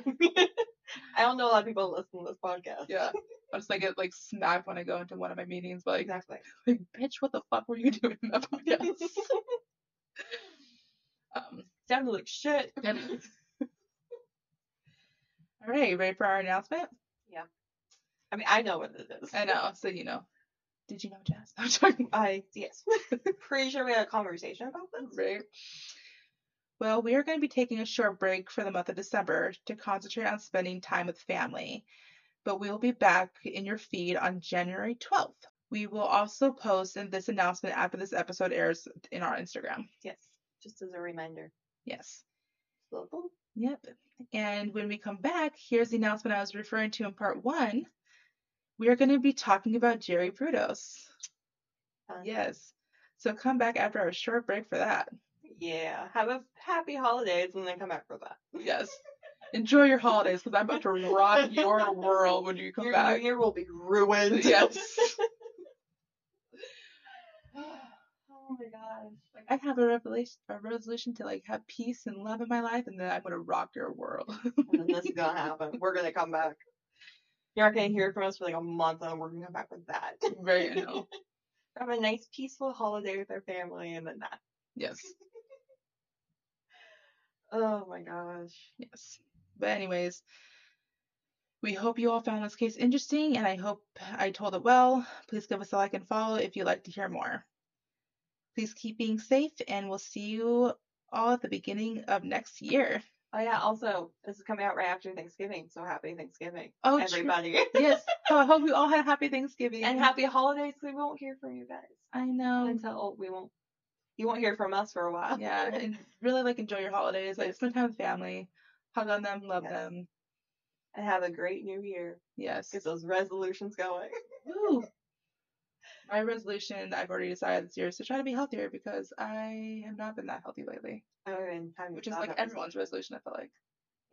I don't know a lot of people that listen to this podcast.
yeah. I just like get like smacked when I go into one of my meetings, but, like,
Exactly.
like bitch, what the fuck were you doing in that podcast? um,
Sounded like shit.
and- all right, ready for our announcement?
I mean, I know what it is.
I know, so you know. Did you know, Jess? I'm joking.
I yes. Pretty sure we had a conversation about this.
Right. Well, we are going to be taking a short break for the month of December to concentrate on spending time with family, but we will be back in your feed on January 12th. We will also post in this announcement after this episode airs in our Instagram.
Yes. Just as a reminder.
Yes.
So, boom.
Yep. And when we come back, here's the announcement I was referring to in part one. We are going to be talking about Jerry Brudos.
Fun.
Yes. So come back after our short break for that.
Yeah. Have a happy holidays and then come back for that.
Yes. Enjoy your holidays because I'm about to rob your world when you come
Your
back.
new year will be ruined.
Yes.
oh my gosh. Like,
I have a revelation, a resolution to like have peace and love in my life, and then I'm gonna rock your world.
and then this is gonna happen. We're gonna come back. You're not gonna hear from us for like a month, and we're gonna come back with that.
right now.
Have a nice, peaceful holiday with our family, and then that.
Yes.
Oh my gosh.
Yes. But anyways, we hope you all found this case interesting, and I hope I told it well. Please give us a like and follow if you'd like to hear more. Please keep being safe, and we'll see you all at the beginning of next year.
Oh yeah. Also, this is coming out right after Thanksgiving, so happy Thanksgiving,
Oh, true.
everybody,
yes. So I hope you all had a happy Thanksgiving.
and happy holidays. We won't hear from you guys
I know.
until we won't. You won't hear from us for a while.
Yeah, and really like enjoy your holidays. Like spend time with family, hug on them, love
Yes.
them.
And have a great new year.
Yes.
Get those resolutions going.
Woo. My resolution I've already decided this year is to try to be healthier because I have not been that healthy lately,
I haven't even had-
which is
thought
like
about
everyone's resolution. I feel like.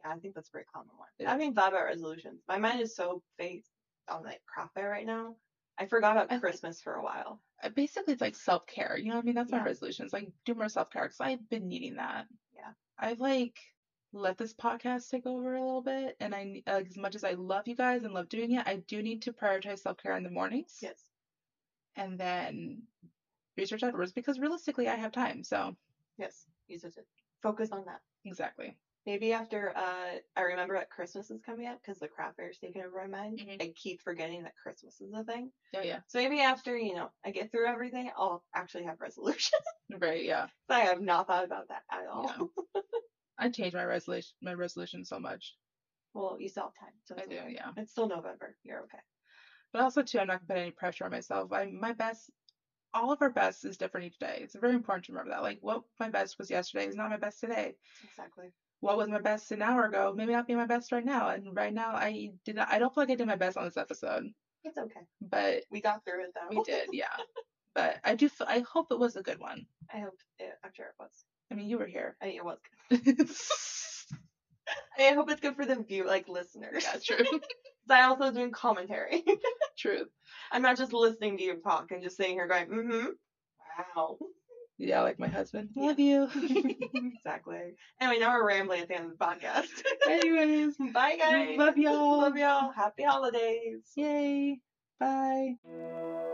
Yeah, I think that's a very common one.
Yeah.
I haven't even thought about resolutions. My mind is so based on like crap right now. I forgot
I
about
think-
Christmas for a while.
Uh, Basically, it's like self care. You know what I mean? That's my
Yeah.
resolution. It's like do more self care because I've been needing that.
Yeah.
I've like let this podcast take over a little bit, and I ne- like, as much as I love you guys and love doing it, I do need to prioritize self care in the mornings.
Yes.
and then research afterwards because realistically I have time. So
Yes. You said it. Focus on that.
exactly.
Maybe after uh, I remember that Christmas is coming up because the crap fair is taking over my mind.
Mhm.
I keep forgetting that Christmas is a thing.
Oh yeah.
So maybe after you know I get through everything, I'll actually have resolutions.
Right. Yeah.
I have not thought about that at all.
Yeah. I changed my resolution my resolution so much.
Well, you still have time. So
I
it's
do.
okay.
Yeah.
It's still November. You're okay.
But also too, I'm not gonna put any pressure on myself. I my best. All of our best is different each day. It's very important to remember that. Like, what my best was yesterday is not my best today.
Exactly.
What was my best an hour ago may not be my best right now. And right now, I did not. I don't feel like I did my best on this episode,
It's okay.
but
We got through it though.
we did. Yeah. But I do. f- I hope it was a good one.
I hope. It, I'm sure it was.
I mean, you were here.
I mean, it was.
yeah,
I hope it's good for the view, like listeners.
true.
'Cause I also doing commentary.
True.
I'm not just listening to you talk and just sitting here going, mm-hmm. Wow.
Yeah, like my husband.
Yeah.
Love you.
exactly. Anyway, now we're rambling at the end of the podcast.
Anyways,
Bye guys.
love y'all.
Love y'all. Happy holidays.
Yay. Bye.